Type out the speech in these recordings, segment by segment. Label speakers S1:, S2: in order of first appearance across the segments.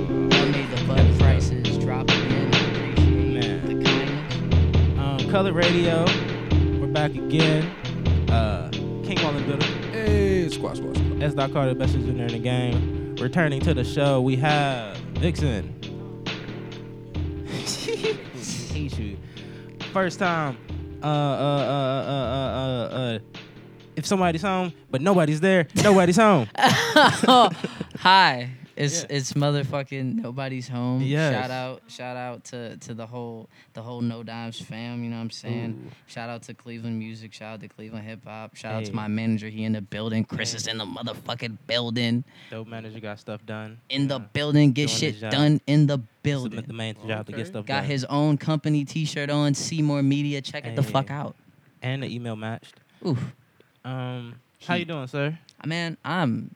S1: uh, um, Radio. We're back again. Uh, King on the building.
S2: Hey, squash, squash.
S1: S. Doc Carter, best engineer in the game. Returning to the show, we have Vixen. Hate you. First time. Uh, uh, uh, uh, uh, uh, uh, if somebody's home, but nobody's there, nobody's home.
S3: Hi. It's
S1: Yeah.
S3: it's motherfucking nobody's home.
S1: Yes.
S3: Shout out shout out to, to the whole the whole No Dimes fam, you know what I'm saying? Shout out to Cleveland music, shout out to Cleveland hip hop, shout out
S1: Hey.
S3: to my manager, he in the building. Chris is in the motherfucking building.
S1: Dope manager got stuff done.
S3: In the
S1: Yeah.
S3: building, get
S1: Doing
S3: shit
S1: his job.
S3: done in the
S1: Submit the
S3: building.
S1: main job to get
S2: Okay.
S1: stuff
S3: Got
S1: done.
S3: his own company t shirt on, Seymour Media. Check it the fuck
S1: Hey.
S3: out.
S1: and the email matched.
S3: Oof.
S1: Um, how you
S3: Heat.
S1: doing, sir?
S3: Man, I'm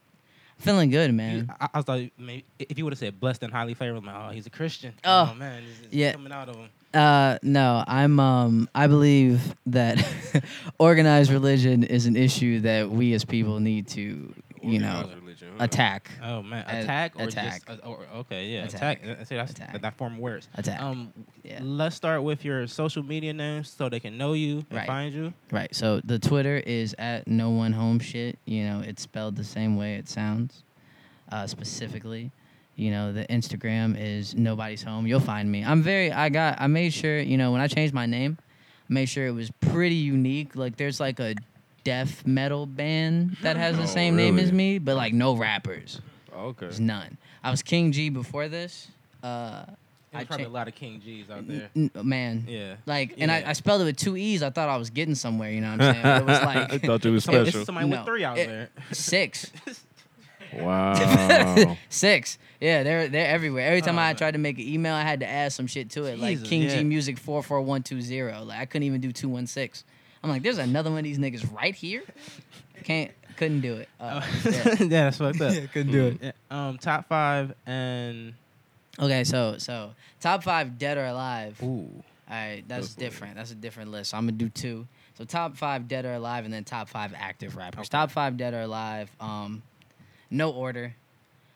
S3: feeling good, man.
S1: I, I was like, maybe if you would have said blessed and highly favored, I'm like, oh, he's a Christian.
S3: Oh,
S1: Oh, man, this is
S3: yeah.
S1: coming out of him.
S3: Uh, no, I'm um, I believe that organized religion is an issue that we as people need to, you know,
S2: Organized religion, huh?
S3: attack,
S1: Oh man,
S3: A-
S1: attack or
S3: attack.
S1: just uh, or, okay, yeah, attack.
S3: Attack.
S1: Uh, See, that's
S3: Attack.
S1: That, that form of words.
S3: attack.
S1: Um,
S3: yeah,
S1: let's start with your social media names so they can know you and
S3: Right.
S1: find you.
S3: right. So the Twitter is at no one home shit. You know, it's spelled the same way it sounds. Uh, specifically, you know, the Instagram is nobody's home. You'll find me. I'm very. I got. I made sure. You know, when I changed my name, I made sure it was pretty unique. Like, there's like a death metal band that has the
S2: Oh,
S3: same name
S2: really?
S3: as me, but like no rappers.
S2: Okay.
S3: There's none. I was King G before this. Uh,
S1: There's
S3: I
S1: probably a
S3: cha-
S1: lot of King G's out there.
S3: n- n- man.
S1: Yeah.
S3: Like, and
S1: Yeah.
S3: I, I spelled it with two E's. I thought I was getting somewhere, you know what I'm saying? But it was
S2: I
S3: like
S2: thought you were
S1: Some- it's
S2: special.
S1: somebody with
S3: No. Eh.
S1: three out
S3: It-
S1: there.
S3: six.
S2: Wow.
S3: Six. Yeah, they're they're everywhere. Every time
S1: Oh,
S3: I
S1: man.
S3: tried to make an email, I had to add some shit to it. like
S1: Jesus,
S3: King
S1: yeah.
S3: G Music 44120. Like I couldn't even do 216. I'm like, there's another one of these niggas right here. Can't couldn't do it. Uh, yeah.
S1: yeah. that's fucked up.
S3: couldn't do it.
S1: Yeah, um, top five and
S3: Mm. Okay, so so top five dead or alive.
S1: ooh,
S3: All right, that's
S2: That's what it
S3: different. That's a different list. So I'm gonna do two. So top five dead or alive, and then top five active rappers. Top five dead or alive. Um, no order.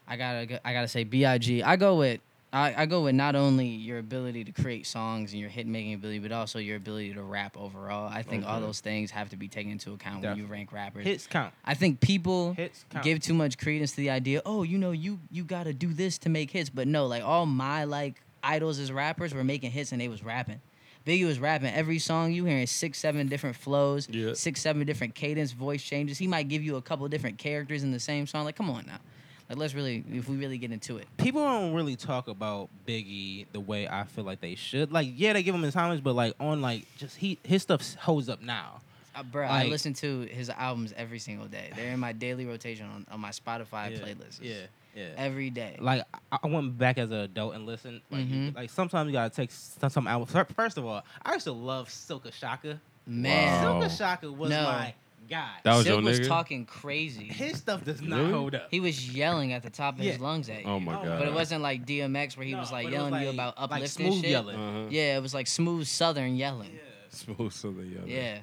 S3: I gotta go, I gotta say Big. I go with I, I go with not only your ability to create songs and your hit making ability, but also your ability to rap overall. I think all
S2: Okay.
S3: those things have to be taken into account when you rank rappers.
S1: hits count.
S3: I think people
S1: Hits count.
S3: give too much credence to the idea. Oh, you know, you you gotta do this to make hits. But no, like all my like idols as rappers were making hits and they was rapping. Biggie was rapping every song. You hearing six, seven different flows,
S2: Yeah.
S3: six, seven different cadence, voice changes. He might give you a couple different characters in the same song. Like, come on now. Like, let's really, if we really get into it,
S1: people don't really talk about Biggie the way I feel like they should. Like, yeah, they give him his homage, but like on like just he his stuff holds up now.
S3: uh, bro. I
S1: Like-
S3: listen to his albums every single day. They're in my daily rotation on, on my Spotify playlist.
S1: Yeah, yeah.
S3: every day.
S1: like I- I went back as an adult and listened. Like, you-
S3: Mm-hmm.
S1: like sometimes you gotta take some, some albums. Fir- First of all, I used to love Silka Shaka.
S3: Man,
S2: Wow.
S1: Silka Shaka was
S3: No.
S1: my guy.
S2: That was
S3: Silk
S2: your
S3: was
S2: nigga?
S3: talking crazy.
S1: his stuff does not
S2: Really?
S1: hold up.
S3: He was yelling at the top of
S1: Yeah.
S3: his lungs at you.
S2: Oh my
S1: Oh,
S2: god.
S3: but it wasn't like DMX where he
S1: No,
S3: was like
S1: but it
S3: yelling at you
S1: like-
S3: about
S1: like
S3: uplifting
S1: smooth
S3: shit. Mm.
S1: yelling.
S2: Uh-huh.
S3: Yeah, it was like smooth Southern yelling.
S2: Smooth Southern Yellow.
S3: Yeah,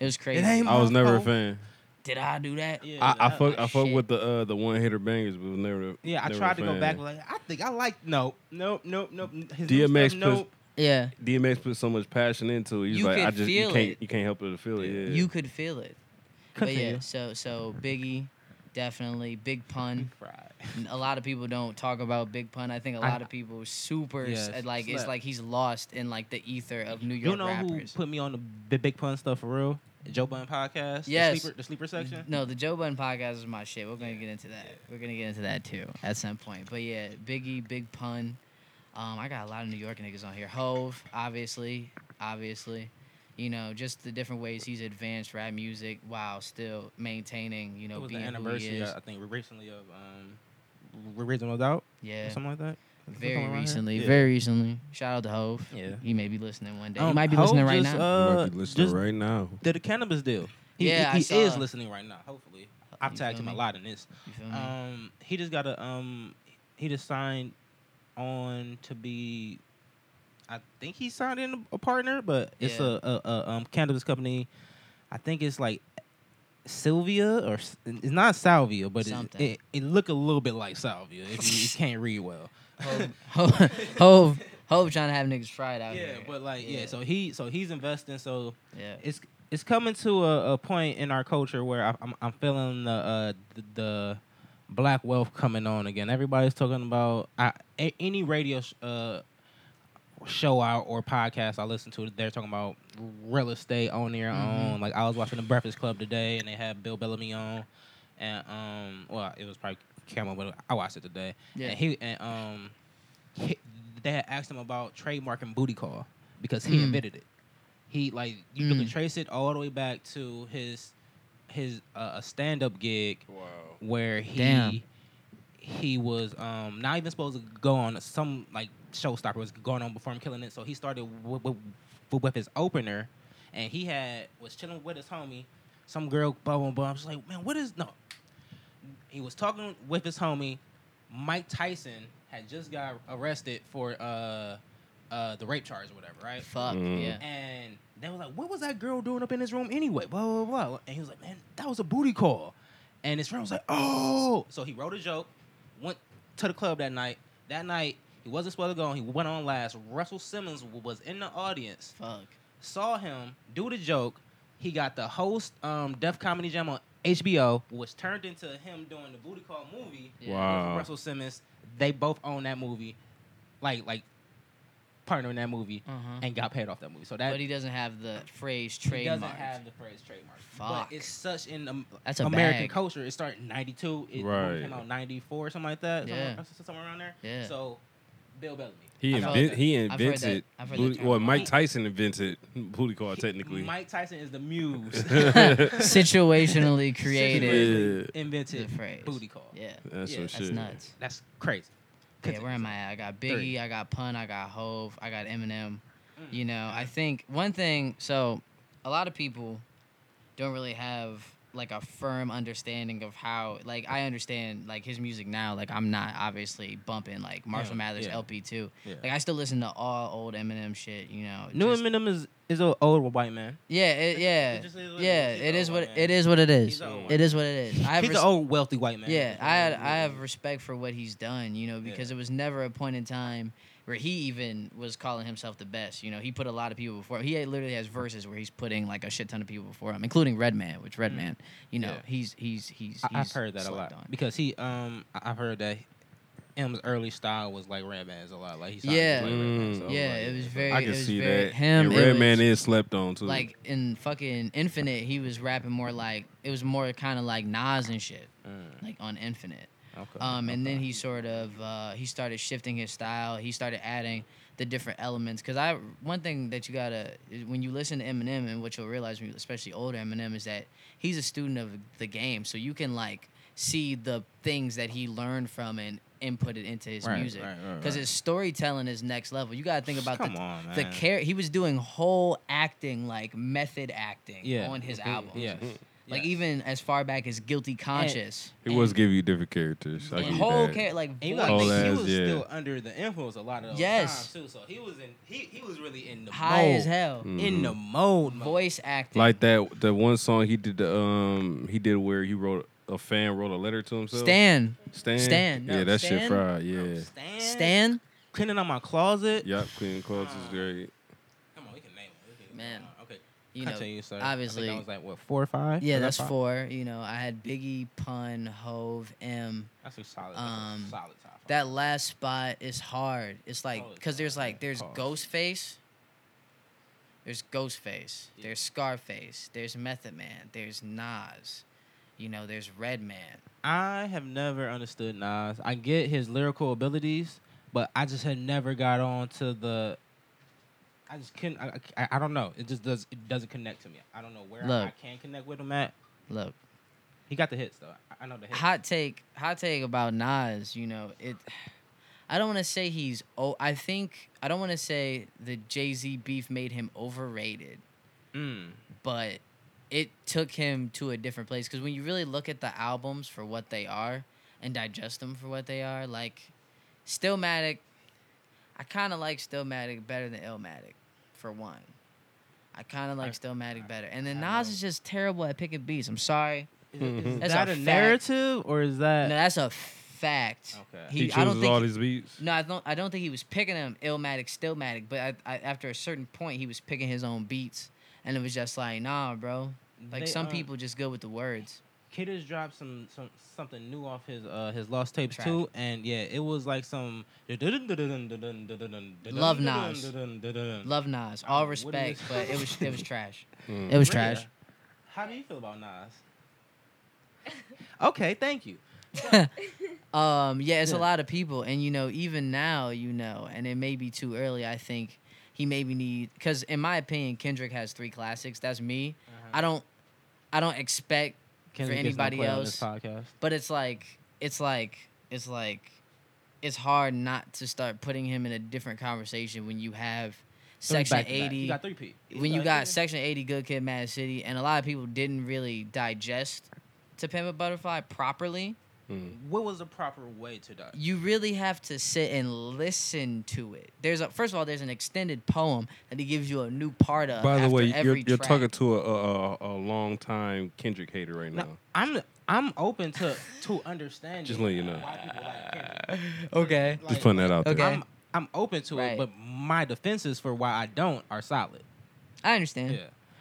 S3: it was crazy.
S1: ain't-
S2: I was never a
S1: Oh.
S2: fan.
S3: Did I do that?
S1: Yeah,
S2: I, I
S1: that-
S2: fuck I
S3: like
S2: fuck
S3: shit.
S2: with the uh, the one hitter bangers, but was never.
S1: Yeah, I
S2: never a
S1: tried to go
S2: fan.
S1: back. Like, I think I like no, no, no, no. His new
S2: DMX
S1: stuff, no.
S2: put-
S3: Yeah,
S2: DMX put so much passion into. it. He's
S3: You
S2: like,
S3: could
S2: I just you
S3: feel
S2: can't
S3: it.
S2: you can't help but to feel it. Yeah.
S3: you could feel it. But
S1: Continue.
S3: yeah, so so Biggie, definitely Big Pun.
S1: Fried.
S3: A lot of people don't talk about Big Pun. I think a
S1: I-
S3: lot of people super s-
S1: Yes,
S3: like it's
S1: slept.
S3: like he's lost in like the ether of New
S1: You
S3: York
S1: know
S3: rappers.
S1: who put me on the bi- big pun stuff for real? Joe Bun podcast. The
S3: Yes.
S1: sleeper, the sleeper section.
S3: No, the Joe Budden podcast is my shit. We're gonna get into that. We're gonna get into that too at some point. But yeah, Biggie, Big Pun. Um, I got a lot of New York niggas on here. Hove, obviously, obviously. You know, just the different ways he's advanced rap music while still maintaining, you know,
S1: it was the
S3: being who he
S1: anniversary,
S3: E
S1: uh,
S3: is.
S1: I think, recently of um, Original Doubt or
S3: Yeah,
S1: something like that.
S3: very
S1: Something around here?
S3: recently,
S1: Yeah.
S3: very recently. Shout out to Hove.
S1: Yeah.
S3: he may be listening one day. he
S1: Um,
S3: might be
S1: Hov
S3: listening right
S1: just,
S3: now.
S2: You
S1: Uh,
S2: might be listening
S1: just
S2: right now.
S1: did a cannabis deal. He,
S3: Yeah,
S1: he,
S3: I
S1: he is
S3: saw.
S1: listening right now. Hopefully, I've
S3: You
S1: tagged
S3: feel
S1: him a
S3: me?
S1: lot in this.
S3: You feel me?
S1: Um, he just got a um, he just signed on to be. I think he signed in a partner, but it's
S3: Yeah.
S1: a, a, a um cannabis company. I think it's like Sylvia or S- it's not Salvia, but it,
S3: Something.
S1: it it look a little bit like Salvia if you, you can't read well.
S3: Hove, Hove, Hove, Hope trying to have niggas fried out
S1: yeah,
S3: here.
S1: but like yeah.
S3: Yeah.
S1: so he so he's investing. So
S3: yeah,
S1: it's it's coming to a, a point in our culture where I, I'm I'm feeling the uh the, the black wealth coming on again. Everybody's talking about I, a, any radio sh- uh show out or podcast I listen to. They're talking about real estate on their
S3: Mhm.
S1: own. Like I was watching the Breakfast Club today, and they had Bill Bellamy on, and um well it was probably Cameron, but I watched it today.
S3: yeah.
S1: And he and um he, they had asked him about trademarking booty call because he
S3: Mm.
S1: invented it. He like you can
S3: Mm.
S1: trace it all the way back to his his uh, a stand up gig
S2: Wow.
S1: where he
S3: Damn.
S1: he was um not even supposed to go on some like showstopper was going on before him killing it. So he started with, with, with his opener, and he had was chilling with his homie. Some girl, blah blah blah. I'm just like, man, what is no? He was talking with his homie. Mike Tyson had just got arrested for uh uh the rape charge or whatever, right?
S3: Fuck
S2: Mm.
S3: yeah.
S1: And they was like, "What was that girl doing up in his room anyway?" Blah blah blah. And he was like, "Man, that was a booty call." And his friend was like, "Oh!" So he wrote a joke, went to the club that night. That night he wasn't supposed to go. on. He went on last. Russell Simmons w- was in the audience,
S3: Fuck.
S1: saw him do the joke. He got the host um, Def Comedy Jam on HBO, which turned into him doing the booty call movie
S3: Yeah.
S1: with
S2: Wow.
S1: Russell Simmons. They both own that movie, like like partner in that movie,
S3: Uh huh.
S1: and got paid off that movie. So that
S3: But he doesn't have the phrase
S1: he
S3: trademark.
S1: doesn't have the phrase trademark.
S3: Fuck.
S1: But it's such in um,
S3: That's a
S1: American
S3: bag.
S1: culture. It started in 92. It
S2: Right.
S1: came out 94 or something like that.
S3: Yeah.
S1: Somewhere, somewhere around there.
S3: Yeah.
S1: So Bill Bellamy.
S2: He
S3: I
S1: felt
S2: invent
S1: that.
S2: he
S3: I've heard that-
S2: invented
S3: I've heard that
S2: booty,
S3: term.
S2: well Mike
S1: He-
S2: Tyson invented booty call
S1: He-
S2: technically.
S1: Mike Tyson is the muse.
S3: Situationally created
S1: Situationally Invented
S3: the phrase.
S1: booty call.
S3: Yeah.
S2: That's
S1: Yeah,
S2: some
S1: that's
S2: shit.
S3: That's nuts.
S1: That's crazy.
S3: Yeah, where am I? at? I got Biggie,
S1: Three.
S3: I got Pun, I got Hove, I got
S1: Mm.
S3: Eminem. You know, I think one thing. So, a lot of people don't really have like a firm understanding of how. Like, I understand like his music now. Like, I'm not obviously bumping like Marshall
S1: Yeah,
S3: Mathers
S1: yeah.
S3: LP too.
S1: Yeah.
S3: Like, I still listen to all old Eminem shit. You know,
S1: New
S3: just-
S1: Eminem is is an old white man.
S3: Yeah, it,
S1: It-
S3: yeah,
S1: it just is what it
S3: yeah.
S1: is. He's
S3: It
S1: an
S3: is
S1: old
S3: what
S1: white man.
S3: it is. What it
S1: He's
S3: is.
S1: an old
S3: It is what it is. I have
S1: He's
S3: res-
S1: an old wealthy white man.
S3: Yeah,
S1: That's what
S3: I
S1: it
S3: had,
S1: is.
S3: I have respect for what he's done, you know, because it was never a point in time where he even was calling himself the best. You know, he put a lot of people before. He had- literally has verses where he's putting like a shit ton of people before him, including Redman, which Redman, you know,
S1: Mm. Yeah.
S3: he's he's he's, he's
S1: I, have heard that a lot
S3: slept on.
S1: because he um I- I've heard that M's early style was like Red Bands a lot. Like he
S3: Yeah. Mm.
S1: started to play Red Bands, so,
S3: Yeah,
S1: like,
S3: it was
S1: so-
S3: very-
S2: I can
S3: it was
S2: see
S3: very-
S2: that.
S3: him,
S2: and
S3: it
S2: Redman
S3: was-
S2: is slept on too.
S3: Like in fucking Infinite, he was rapping more like it was more kind of like Nas and shit,
S1: Mm,
S3: like on Infinite.
S1: okay,
S3: Um, and then
S1: okay.
S3: he sort of uh, he started shifting his style. He started adding the different elements. Cause I one thing that you gotta is when you listen to Eminem and what you'll realize, when you, especially older Eminem, is that he's a student of the game. So you can like see the things that he learned from and input it into his
S1: Right,
S3: music.
S1: right, right,
S3: Cause
S1: right.
S3: his storytelling is next level. You gotta think about
S1: Come
S3: the
S1: on, man.
S3: the care he was doing whole acting like method acting
S1: Yeah.
S3: on his
S1: Mhm,
S3: albums.
S1: yes,
S3: Like
S1: yes.
S3: even as far back as Guilty Conscious.
S2: he
S3: and-
S2: was giving you different characters. I
S3: and
S2: give you
S3: whole
S2: that.
S3: care like
S1: And you
S3: voice.
S1: gotta
S2: Whole
S1: think he
S2: ass,
S1: was
S2: yeah.
S1: still under the influence a lot of those times
S3: Yes.
S1: too. So he was in he, he was really in the
S3: high
S1: mode.
S3: as hell.
S1: In the
S2: Mm-hmm.
S1: mode, mode.
S3: Voice acting.
S2: Like that the one song he did the um he did where he wrote a fan wrote a letter to himself.
S3: Stan.
S2: Stan.
S3: Stan, no,
S2: yeah, that
S3: Stan.
S2: shit fried.
S1: Bro,
S2: Yeah.
S1: Stan,
S3: Stan.
S1: cleaning out my closet.
S2: Yup, clean clothes is great.
S1: Come on, we can name it. We can-
S3: Man.
S1: okay.
S3: You know.
S1: Continue, sir. I think
S3: obviously-
S1: that was like what four or five.
S3: Yeah,
S1: Was that
S3: that's
S1: five?
S3: four. You know, I had Biggie, Pun, Hove, M.
S1: That's a solid.
S3: Um,
S1: that's a solid top five.
S3: That last spot is hard. It's like
S1: Oh, it's
S3: because there's
S1: hard.
S3: like there's
S1: Pause.
S3: Ghostface. There's Ghostface.
S1: Yeah.
S3: There's Scarface. There's Method Man. There's Nas. You know, there's Redman.
S1: I have never understood Nas. I get his lyrical abilities, but I just had never got on to the. I just couldn't. I, I, I don't know. It just does. It doesn't connect to me. I don't know where I- I,
S3: Look.
S1: can connect with him at.
S3: Look,
S1: He got the hits though. I, I know the hits.
S3: hot take. Hot take about Nas. You know, it. I don't want to say he's. Oh, I think I don't want to say the Jay Z beef made him overrated.
S1: Mm.
S3: but it took him to a different place because when you really look at the albums for what they are and digest them for what they are, like Stillmatic, I kind of like Stillmatic better than Illmatic, for one. I kind of
S1: I-
S3: like Stillmatic
S1: I-
S3: better, and then
S1: I
S3: Nas
S1: don't-
S3: is just terrible at picking beats. I'm sorry,
S1: Is, is
S3: Mm-hmm. That's
S1: that
S3: a
S1: a,
S3: fact.
S1: narrative or is
S3: no,
S1: that?
S3: that's a fact.
S1: Uh, Okay.
S2: He,
S3: I don't
S2: chooses
S3: think
S2: all
S3: he-
S2: these beats.
S3: No, I don't. I don't think he was picking them illmatic, stillmatic. But I, I, after a certain point, he was picking his own beats, and it was just like, nah, bro. Like
S1: They,
S3: some
S1: uh,
S3: people just go with the words.
S1: Kid has dropped some, some something new off his uh his lost tapes
S3: Track.
S1: too, and yeah, it was like some
S3: Love Nas. Love Nas, all
S1: Oh, what is
S3: respect,
S1: this?
S3: but it was it was trash.
S2: Mm.
S3: It was
S1: Rhea,
S3: trash.
S1: How do you feel about Nas? okay, thank you.
S3: Um, yeah, it's
S1: Yeah.
S3: a lot of people, and you know, even now, you know, and it may be too early. I think he maybe need because, in my opinion, Kendrick has three classics. That's me.
S1: Uh-huh.
S3: I don't, I don't expect,
S1: Kendrick gets no
S3: anybody
S1: play on this
S3: else-
S1: podcast.
S3: but it's like, it's like, it's like, it's hard not to start putting him in a different conversation when you have
S1: Three
S3: Section
S1: back to back.
S3: eighty.
S1: You got three P.
S3: when
S2: uh,
S3: you got Section 80 Good Kid Mad City, and a lot of people didn't really digest To Pimp a Butterfly properly,
S2: Mm.
S1: what was the proper way to die?
S3: you really have to sit and listen to it. There's a first of all, there's an extended poem that he gives you a new part of.
S2: By the
S3: after
S2: way, you're,
S3: every
S2: you're
S3: track.
S2: talking to a, a a- a long time Kendrick hater right now.
S1: No, I'm I'm open to to understanding.
S2: Just letting you know.
S1: Why people like Kendrick.
S3: okay.
S1: Like,
S2: Just putting that out there.
S3: Okay.
S1: I'm I'm open to
S3: Right.
S1: it, but my defenses for why I don't are solid.
S3: I understand.
S1: Yeah,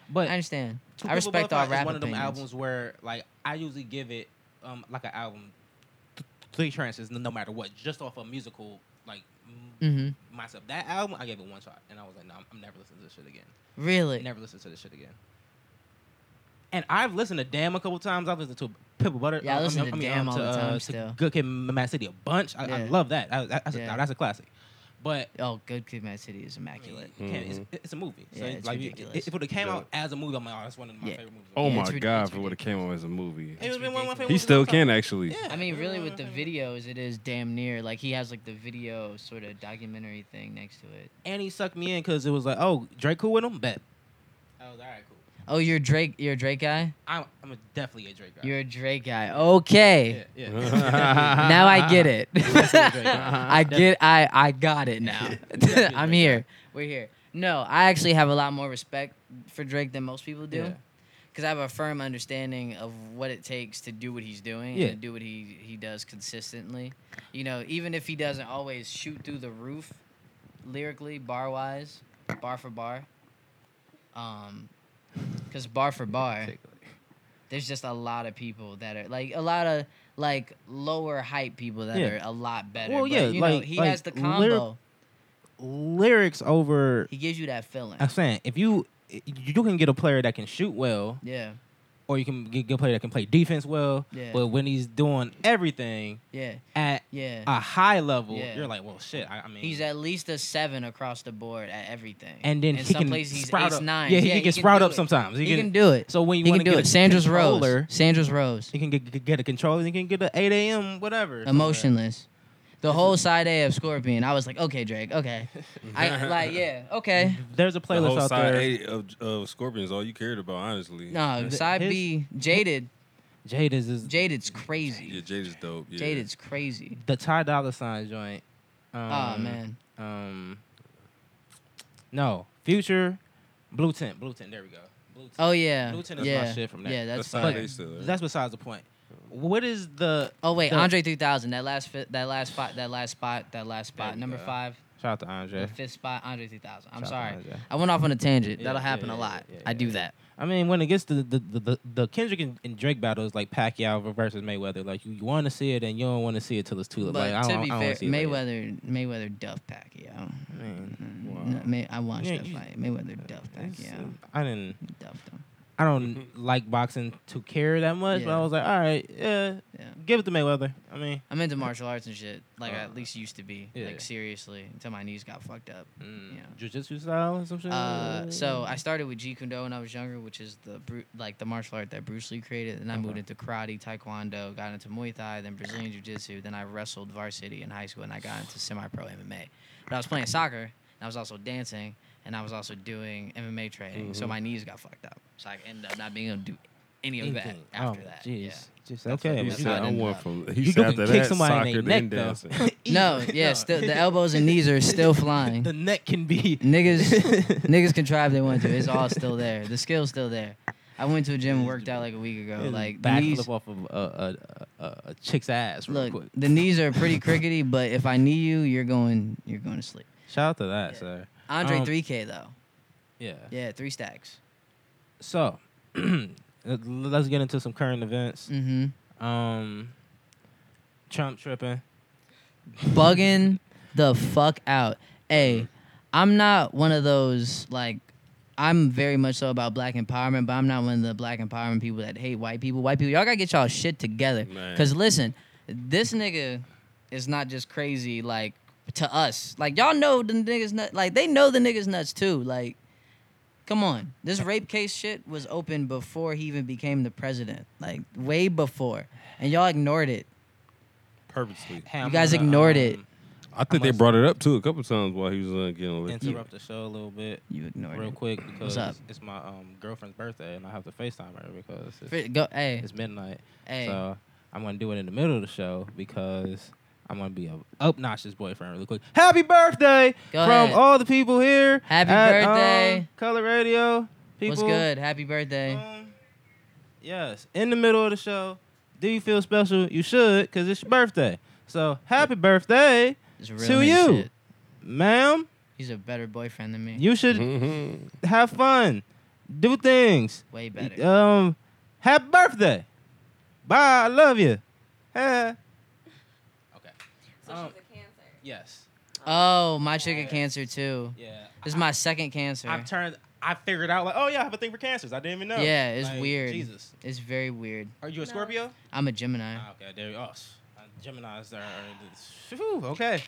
S1: but
S3: I understand.
S1: Two
S3: I
S1: People
S3: respect all
S1: Butterfly
S3: rap
S1: is one of them
S3: opinions.
S1: albums where like I usually give it um like an album th- three chances no- no matter what just off a musical like m-
S3: Mm-hmm.
S1: myself that album I gave it one shot and I was like no I'm, I'm never listening to this shit again
S3: Really?
S1: never listen to this shit again and I've listened to Damn a couple times I've listened to Pimple Butter
S3: Yeah, I
S1: uh,
S3: listen
S1: mean-
S3: to
S1: mean,
S3: Damn all the
S1: uh,
S3: time
S1: to
S3: still.
S1: Good Kid M- Mad City a bunch I, I
S3: Yeah.
S1: love that I, that's,
S3: Yeah.
S1: a, that's a classic but
S3: Oh, Good Kid Mad City is
S1: I mean,
S3: immaculate.
S1: you can't- it's, it's a movie. So
S3: Yeah,
S1: it's
S3: it's
S1: like you-
S3: ridiculous.
S1: if it would have came
S2: Mm-hmm. Yeah.
S1: out as a movie, I'm like, oh, that's one of my
S3: Yeah.
S1: favorite movies.
S2: Oh
S3: Yeah,
S2: my
S3: it's rid-
S2: god,
S3: it's
S2: for what it came out as a movie.
S1: It would've been one of my
S3: ridiculous.
S1: favorite
S2: He
S1: movies of
S2: still
S1: all time.
S2: can actually.
S1: Yeah.
S3: I mean, really, with the videos, it is damn near like he has like the video sort of documentary thing next to it.
S1: And he sucked me in because it was like, oh, Drake cool with him? Bet. I was all right, cool.
S3: Oh, you're Drake. You're a Drake guy.
S1: I'm, I'm a- definitely a Drake guy.
S3: You're a Drake guy. Okay.
S1: yeah, yeah.
S3: Now I get it.
S1: Drake guy.
S3: I get. I I got it now.
S1: Definitely a Drake
S3: I'm
S1: guy.
S3: here. We're here. No, I actually have a lot more respect for Drake than most people do,
S1: Yeah.
S3: because I have a firm understanding of what it takes to do what he's doing
S1: Yeah.
S3: and to do what he he does consistently. You know, even if he doesn't always shoot through the roof, lyrically, bar wise, bar for bar. Um, because bar for bar there's just a lot of people that are like a lot of like lower hype people that
S1: Yeah.
S3: are a lot better.
S1: Well,
S3: but,
S1: yeah,
S3: you know,
S1: like-
S3: he
S1: like
S3: has the
S1: lyri-
S3: combo.
S1: Lyrics over.
S3: he gives you that feeling.
S1: I'm saying, if you you can get a player that can shoot well,
S3: Yeah,
S1: or you can get get a player that can play defense well,
S3: Yeah.
S1: but when he's doing everything
S3: yeah,
S1: at
S3: yeah.
S1: a high level,
S3: Yeah.
S1: you're like, well, shit. I, I mean,
S3: he's at least a seven across the board at everything.
S1: and then
S3: in
S1: he
S3: some
S1: can
S3: places he's
S1: sprout
S3: ace
S1: up.
S3: nine.
S1: Yeah, he can
S3: he
S1: get sprout
S3: do
S1: up
S3: it.
S1: sometimes.
S3: He, can, do it.
S1: So when you
S3: He
S1: want
S3: can
S1: to
S3: do
S1: get
S3: it.
S1: a
S3: Sandra's
S1: controller,
S3: Rose. Sandra's Rose.
S1: He can get, get- get a controller. He can get an 8 a.m. whatever.
S3: Emotionless. The whole side A of Scorpion. I was like, okay, Drake. Okay, I like yeah. Okay.
S1: There's a
S2: The
S1: playlist
S2: whole
S1: out
S2: side
S1: there.
S2: eight of, of Scorpions, all you cared about, honestly.
S3: No,
S1: His-
S3: side B. Jaded.
S1: Jade is, is
S3: Jaded's crazy.
S2: Yeah, Jade is dope. Yeah.
S3: Jaded's crazy.
S1: the Ty Dolla Sign joint. Um,
S3: oh man.
S1: Um, no, Future, Blue Tint, Blue Tint. There we go. Blue Tint.
S3: Oh yeah.
S1: Blue Tinted is my
S3: yeah.
S1: shit from that.
S3: Yeah,
S2: That's
S3: that's
S2: side
S3: fire.
S2: eight still. there.
S1: That's besides the point. What is the
S3: Oh wait,
S1: the-
S3: Andre 3000. That last fi- that last spot that last spot that last
S1: There
S3: spot
S1: we
S3: number
S1: go.
S3: five
S1: shout out to Andre?
S3: the fifth spot Andre
S1: Shout
S3: 3000. I'm
S1: out to
S3: sorry.
S1: Andre.
S3: I went off on a tangent.
S1: Yeah,
S3: That'll
S1: yeah,
S3: happen
S1: yeah,
S3: a lot.
S1: yeah, yeah,
S3: I do
S1: yeah.
S3: that.
S1: I mean, when it gets to the the, the, the Kendrick and, and Drake battles, like Pacquiao versus Mayweather, like you, you want to see it and you don't want to see it till it's too late.
S3: But
S1: Like, I
S3: to
S1: don't,
S3: be
S1: I don't
S3: fair,
S1: wanna see it like that.
S3: Mayweather Mayweather Duff Pacquiao.
S1: Man,
S3: Mm,
S1: wow.
S3: no, May, I watched
S1: Yeah,
S3: that
S1: you-
S3: fight. Mayweather Duff
S1: It's, uh,
S3: Pacquiao.
S1: I didn't.
S3: Duffed him.
S1: I don't like boxing to care that much, but
S3: Yeah.
S1: I was like, all right, yeah,
S3: Yeah.
S1: give it to Mayweather. I mean,
S3: I'm into martial arts and shit. Like I
S1: Uh,
S3: at least used to be.
S1: yeah.
S3: Like seriously, until my knees got fucked up.
S1: mm,
S3: Yeah.
S1: jujitsu style and some shit.
S3: Uh, so
S1: Mm.
S3: I started with Jeet Kune Do when I was younger, which is the Bru- like the martial art that Bruce Lee created. Then I moved
S1: Okay.
S3: into karate, taekwondo, got into Muay Thai, then Brazilian Jiu Jitsu. Then I wrestled varsity in high school, and I got into semi-pro MMA. But I was playing soccer, and I was also dancing, and I was also doing MMA training. So
S1: Mm-hmm.
S2: Mhm.
S3: my knees got fucked up, so I ended up not being able to do any of that
S1: Anything.
S3: after
S1: Oh,
S3: that.
S1: Jeez,
S3: Yeah.
S1: just
S3: That's
S1: okay.
S3: what
S2: He
S1: well,
S3: that's
S2: said,
S3: how it
S2: I
S3: ended
S2: want
S3: up.
S2: from. He
S1: you
S2: said
S1: can
S2: after
S1: kick
S2: that,
S1: somebody
S2: soccer,
S1: in
S2: then
S1: their neck though.
S2: dancing.
S3: No, yeah, still the elbows and knees are still flying.
S1: the neck can be
S3: Niggas, niggas contrive they want to. It's all still there. The skill's still there. I went to a gym and worked out like a week ago. Like the knees,
S1: backflip off of a, a, a, a chick's ass real
S3: look,
S1: quick.
S3: the knees are pretty crickety, but if I knee you, you're going, you're going to sleep.
S1: Shout out to that,
S3: Yeah.
S1: sir.
S3: Andre
S1: Um,
S3: 3K though,
S1: Yeah.
S3: yeah, three stacks.
S1: So let's get into some current events.
S3: Mm-hmm.
S1: Um, Trump tripping.
S3: bugging the fuck out. Hey, I'm not one of those like I'm very much so about black empowerment, but I'm not one of the black empowerment people that hate white people. White people, y'all gotta get y'all shit together.
S2: Man.
S3: Cause listen, this nigga is not just crazy like to us. Like y'all know the niggas nut like they know the niggas nuts too. Like, come on. This rape case shit was open before he even became the president. Like way before. And y'all ignored it.
S2: purposely.
S1: Hey, I'm
S3: You guys
S1: gonna,
S3: ignored
S1: um,
S3: it.
S2: I think they
S1: must-
S2: brought it up too a couple times while he was uh, getting elected.
S1: Interrupt the show a little bit,
S3: You ignored
S1: real
S3: it.
S1: quick, because
S3: up?
S1: it's my um, girlfriend's birthday and I have to Facetime her because it's,
S3: Fi- Go, hey,
S1: it's midnight.
S3: hey.
S1: So I'm gonna do it in the middle of the show because I'm gonna be an obnoxious boyfriend really quick. Happy birthday
S3: Go
S1: from
S3: ahead.
S1: all the people here.
S3: Happy
S1: at, um,
S3: birthday.
S1: Color Radio. People,
S3: What's good? Happy birthday.
S1: Um, yes, in the middle of the show. Do you feel special? You should, because it's your birthday. So happy birthday,
S3: It's real
S1: to
S3: nigga
S1: you.
S3: shit.
S1: ma'am.
S3: He's a better boyfriend than me.
S1: You should
S2: Mhm.
S3: Mm-hmm.
S1: have fun, do things.
S3: Way better.
S1: Um, happy birthday. Bye. I love you. Hey. Okay.
S4: So
S1: Um,
S4: she's a cancer.
S1: Yes.
S3: oh, my chick got cancer too.
S1: Yeah.
S3: This is my second cancer.
S1: I've turned. I figured out like, oh yeah, I have a thing for cancers. I didn't even know.
S3: Yeah, it's
S1: Like,
S3: weird.
S1: Jesus,
S3: It's very weird.
S1: are you a
S4: No.
S1: Scorpio?
S3: I'm a Gemini.
S1: Ah, okay, there you go. Oh, Gemini's are. Whew, okay.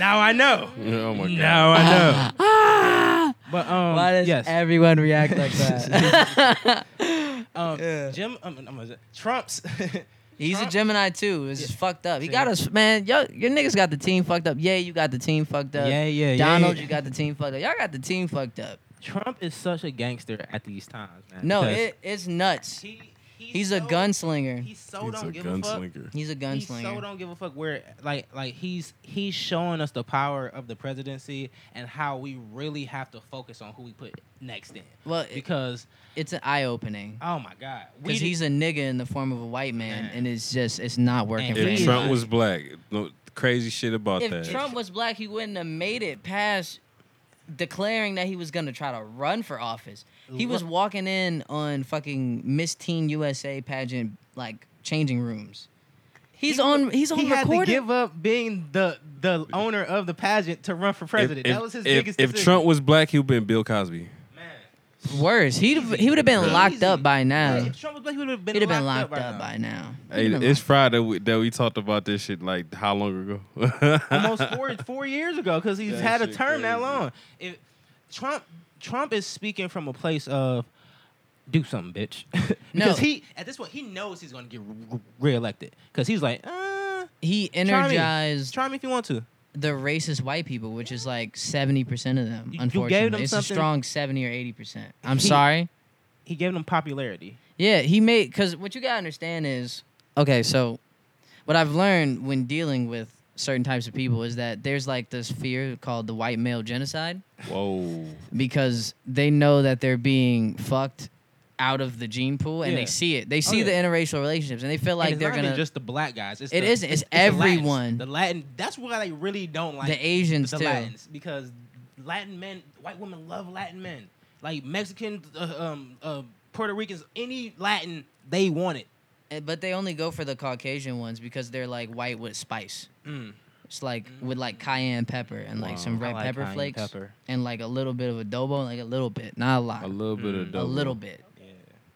S1: Now I know.
S2: oh my god.
S1: Now I know.
S3: Ah!
S1: But um,
S3: Why does
S1: yes.
S3: everyone react like that?
S1: um,
S3: Yeah.
S1: Jim, um, um, uh, Trump's.
S3: He's a
S1: Trump-
S3: Gemini too. It's just
S1: Yeah.
S3: fucked up. He
S1: See?
S3: got us, man. Yo, your niggas got the team fucked up. Yeah, you got the team fucked up.
S1: yeah, yeah,
S3: Donald,
S1: yeah.
S3: you got the team fucked up. Y'all got the team fucked up.
S1: Trump is such a gangster at these times, man.
S3: No,
S1: because
S3: it, it's nuts.
S1: he, he's,
S3: He's a
S1: so-
S3: gunslinger.
S1: He so
S2: He's
S1: don't
S2: a
S1: give a fuck.
S2: gunslinger.
S3: He's
S1: He so
S3: a gunslinger.
S1: don't give a fuck where like like he's he's showing us the power of the presidency and how we really have to focus on who we put next in
S3: Well, it-
S1: because
S3: it's an eye opening
S1: oh my god we
S3: because
S1: did-
S3: he's a nigga in the form of a white man,
S1: Man.
S3: and it's just it's not working.
S1: And
S3: for
S1: he
S2: If
S1: is-
S3: him.
S2: Trump was black, no crazy shit about
S3: if
S2: that.
S3: Trump was black, he wouldn't have made it past declaring that he was gonna try to run for office. He was walking in on fucking Miss Teen USA pageant like changing rooms. He's
S1: He
S3: on. He's on
S1: he had to
S3: recording.
S1: give up being the the owner of the pageant to run for president
S2: If,
S1: that was his
S2: if,
S1: biggest
S2: if
S1: decision.
S2: Trump was black, he would been Bill Cosby.
S1: Man.
S3: Worse, he he would have been
S1: Easy.
S3: locked up by now.
S1: Yeah, if Trump was black, he would have been,
S3: He'd have been
S1: locked
S3: locked up by now.
S2: Hey,
S3: He'd have been
S2: it's Friday we, that we talked about this shit like how long ago?
S1: almost four four years ago because he's
S2: That
S1: had a
S2: shit
S1: term that
S2: crazy.
S1: long. If Trump Trump is speaking from a place of do something, bitch. because
S3: No.
S1: he at this point he knows he's going to get re- re- reelected because he's like, uh,
S3: he
S1: me.
S3: energized
S1: try me if you want to.
S3: the racist white people, which is like seventy percent of them.
S1: You- you gave
S3: Unfortunately,
S1: them
S3: it's
S1: something-
S3: a strong seventy or eighty percent. I'm
S1: He-
S3: sorry.
S1: He gave them popularity.
S3: Yeah, he made because what you gotta understand is okay. So, what I've learned when dealing with certain types of people is that there's like this fear called the white male genocide
S2: Whoa.
S3: because they know that they're being fucked out of the gene pool and
S1: Yeah. Oh,
S3: they see it. They see
S1: yeah.
S3: the interracial relationships and they feel like
S1: and it's
S3: they're
S1: not even
S3: gonna
S1: just the black guys. It's
S3: It
S1: the,
S3: isn't, it's
S1: the Latins.
S3: everyone.
S1: The Latin. That's why they really don't like
S3: the Asians
S1: the
S3: too.
S1: Latins because Latin men, white women love Latin men. Like Mexican, uh, um, uh, Puerto Ricans, any Latin, they want it.
S3: Uh, But they only go for the Caucasian ones because they're like white with spice.
S1: Mm.
S3: It's like with like cayenne pepper and like
S2: Wow.
S3: some
S1: I
S3: red
S1: like
S3: pepper
S1: cayenne
S3: flakes
S1: pepper.
S3: and like a little bit of adobo, like a little bit, not a lot,
S2: A little bit of
S1: Mm.
S3: a
S2: dope.
S3: little bit.
S1: Yeah,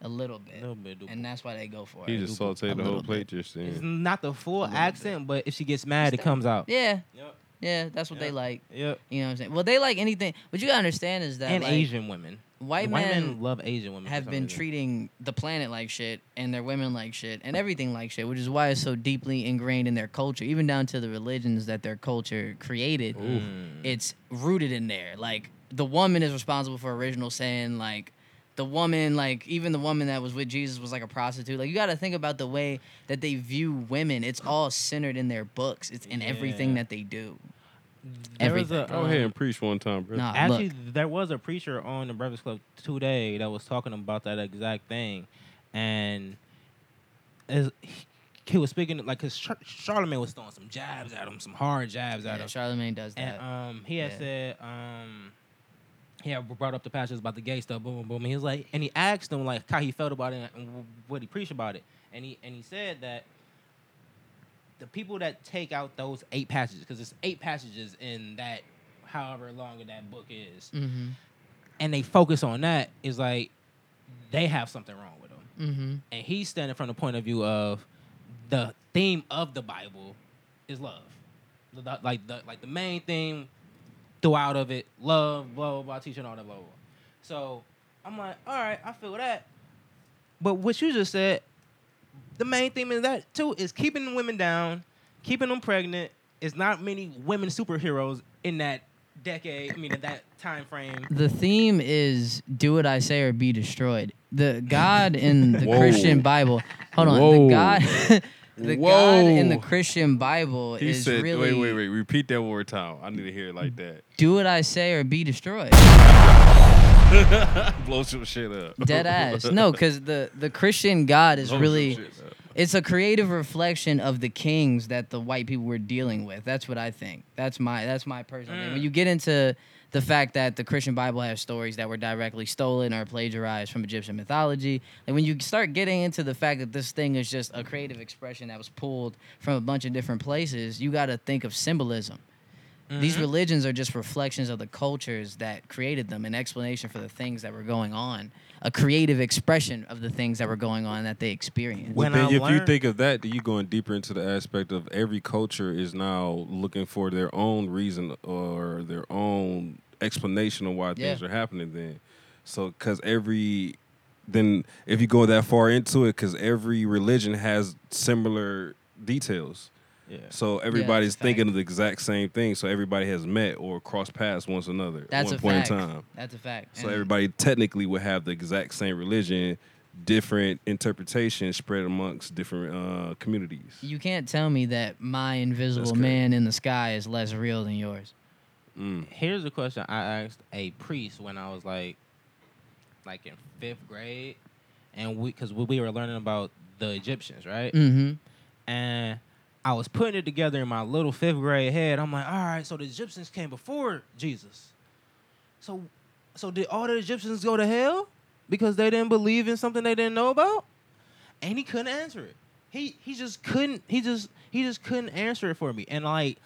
S3: A little bit.
S1: a little bit.
S3: And that's why they go for
S2: He
S3: it.
S2: just
S1: A
S2: sauteed the
S3: little
S2: whole plate just
S1: it's
S2: then.
S1: not the full
S3: little
S1: accent, but if she gets mad, it comes out.
S3: Yeah,
S1: Yep.
S3: yeah, that's what
S1: Yeah.
S3: they like.
S1: Yep.
S3: You know what I'm saying? Well, they like anything. What you gotta understand is that
S1: And
S3: like,
S1: Asian women.
S3: white,
S1: White
S3: men,
S1: men, love Asian women. for
S3: have
S1: some
S3: been
S1: reason.
S3: treating the planet like shit and their women like shit and everything like shit, which is why it's so deeply ingrained in their culture, even down to the religions that their culture created.
S1: Mm.
S3: It's rooted in there. Like the woman is responsible for original sin. Like the woman, like even the woman that was with Jesus was like a prostitute. Like you got to think about the way that they view women. It's all centered in their books. It's in everything
S1: Yeah.
S3: that they do.
S1: There was
S3: everything.
S1: a, oh, uh,
S2: Go ahead and preach one time, bro.
S3: Nah,
S1: Actually,
S3: look,
S1: there was a preacher on the Breakfast Club today that was talking about that exact thing, and as he- he was speaking like because Char- Charlemagne was throwing some jabs at him, some hard jabs at
S3: yeah,
S1: him,
S3: Charlemagne does that.
S1: and
S2: uh,
S1: um, he had
S3: yeah.
S1: said um, he had brought up the passage about the gay stuff, boom, boom, boom. He was like, and he asked him like how he felt about it and wh- what he preached about it, and he and he said that. The people that take out those eight passages, because it's eight passages in that, however long of that book is,
S3: mm-hmm.
S1: and they focus on that is like they have something wrong with them.
S3: Mm-hmm.
S1: And he's standing from the point of view of the theme of the Bible is love. The- the- Like the like the main theme throughout of it, love, blah blah blah, teaching all that blah blah. blah. So I'm like, all right, I feel that. But what you just said, the main theme in that too is keeping women down, keeping them pregnant. It's not many women superheroes in that decade. I mean, in that time frame.
S3: The theme is "Do what I say or be destroyed." The God in the
S2: Whoa.
S3: Christian Bible. Hold on,
S2: Whoa.
S3: the God, the God in the
S2: Whoa.
S3: Christian Bible
S2: he
S3: is
S2: said,
S3: really
S2: "Wait, wait, wait! Repeat that one more time. I need to hear it like that.
S3: "Do what I say or be destroyed."
S2: Blow some shit up.
S3: Dead ass. No, because the the Christian God is
S2: Blow some
S3: really.
S2: Oh, shit up.
S3: It's a creative reflection of the kings that the white people were dealing with. That's what I think. That's my that's my personal thing. When you get into the fact that the Christian Bible has stories that were directly stolen or plagiarized from Egyptian mythology, and when you start getting into the fact that this thing is just a creative expression that was pulled from a bunch of different places, you got to think of symbolism. These religions are just reflections of the cultures that created them, an explanation for the things that were going on, a creative expression of the things that were going on that they experienced.
S1: When
S2: but then
S1: I
S2: if you
S1: learned-
S2: think of that, then you going deeper into the aspect of every culture is now looking for their own reason or their own explanation of why things
S3: Yeah.
S2: are happening. Then, so because every then if you go that far into it, because every religion has similar details.
S1: Yeah.
S2: So everybody's
S3: fact.
S2: thinking of the exact same thing. So everybody has met or crossed paths once another at
S3: That's
S2: one
S3: a
S2: point
S3: fact.
S2: in time.
S3: That's a fact.
S2: So
S3: And
S2: everybody technically would have the exact same religion, different interpretations spread amongst different uh, communities.
S3: You can't tell me that my
S2: That's
S3: invisible
S2: correct.
S3: man in the sky is less real than yours.
S2: Mm.
S1: Here's a question I asked a priest when I was like, like in fifth grade, and we because we were learning about the Egyptians, right?
S3: Mm-hmm.
S1: And I was putting it together in my little fifth grade head. I'm like, all right, so the Egyptians came before Jesus. So, so did all the Egyptians go to hell because they didn't believe in something they didn't know about? And he couldn't answer it. He he just couldn't. He just he just couldn't answer it for me. And like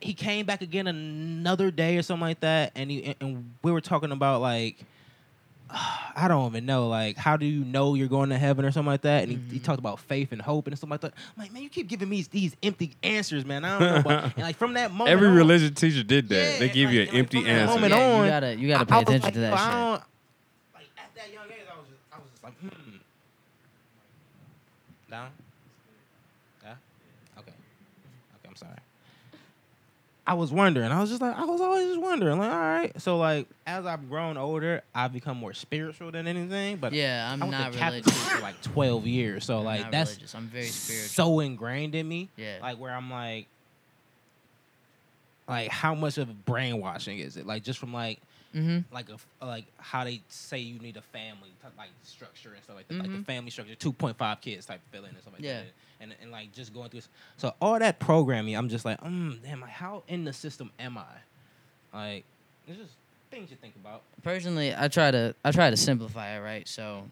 S1: he came back again another day or something like that, and he and we were talking about like I don't even know, like how do you know you're going to heaven or something like that? And he, he talked about faith and hope and stuff like that. I'm like, man, you keep giving me these empty answers, man. I don't know. About, and like from that moment,
S2: Every
S1: on-
S2: religion teacher did that.
S1: Yeah,
S2: they give
S1: like-
S2: you an
S1: like,
S2: empty
S1: from that
S2: answer.
S1: moment
S3: Yeah,
S1: on,
S3: you gotta you gotta
S1: I- I
S3: pay
S1: was
S3: attention
S1: like,
S3: to that
S1: "Yo,
S3: shit.
S1: I don't, like at that young age, I was just, I was just like, hmm. Down. Yeah. Okay. Okay. I'm sorry. I was wondering. I was just like, I was always just wondering. Like, all right. So like, as I've grown older, I've become more spiritual than anything. But
S3: yeah, I'm
S1: I went
S3: not
S1: to Catholic
S3: religious.
S1: school for like 12 years. So
S3: I'm
S1: like,
S3: not
S1: that's
S3: religious. I'm very spiritual.
S1: so ingrained in me.
S3: Yeah.
S1: Like where I'm like, like how much of brainwashing is it? Like just from like
S3: mm-hmm.
S1: like a f- like how they say you need a family t- like structure and stuff like that, like the
S3: Mhm.
S1: family structure, two point five kids type feeling and stuff like
S3: Yeah.
S1: that, and and like just going through. s- So all that programming, I'm just like, mm, damn, like, how in the system am I? Like, it's just things you think about.
S3: Personally, I try to I try to simplify it, right? So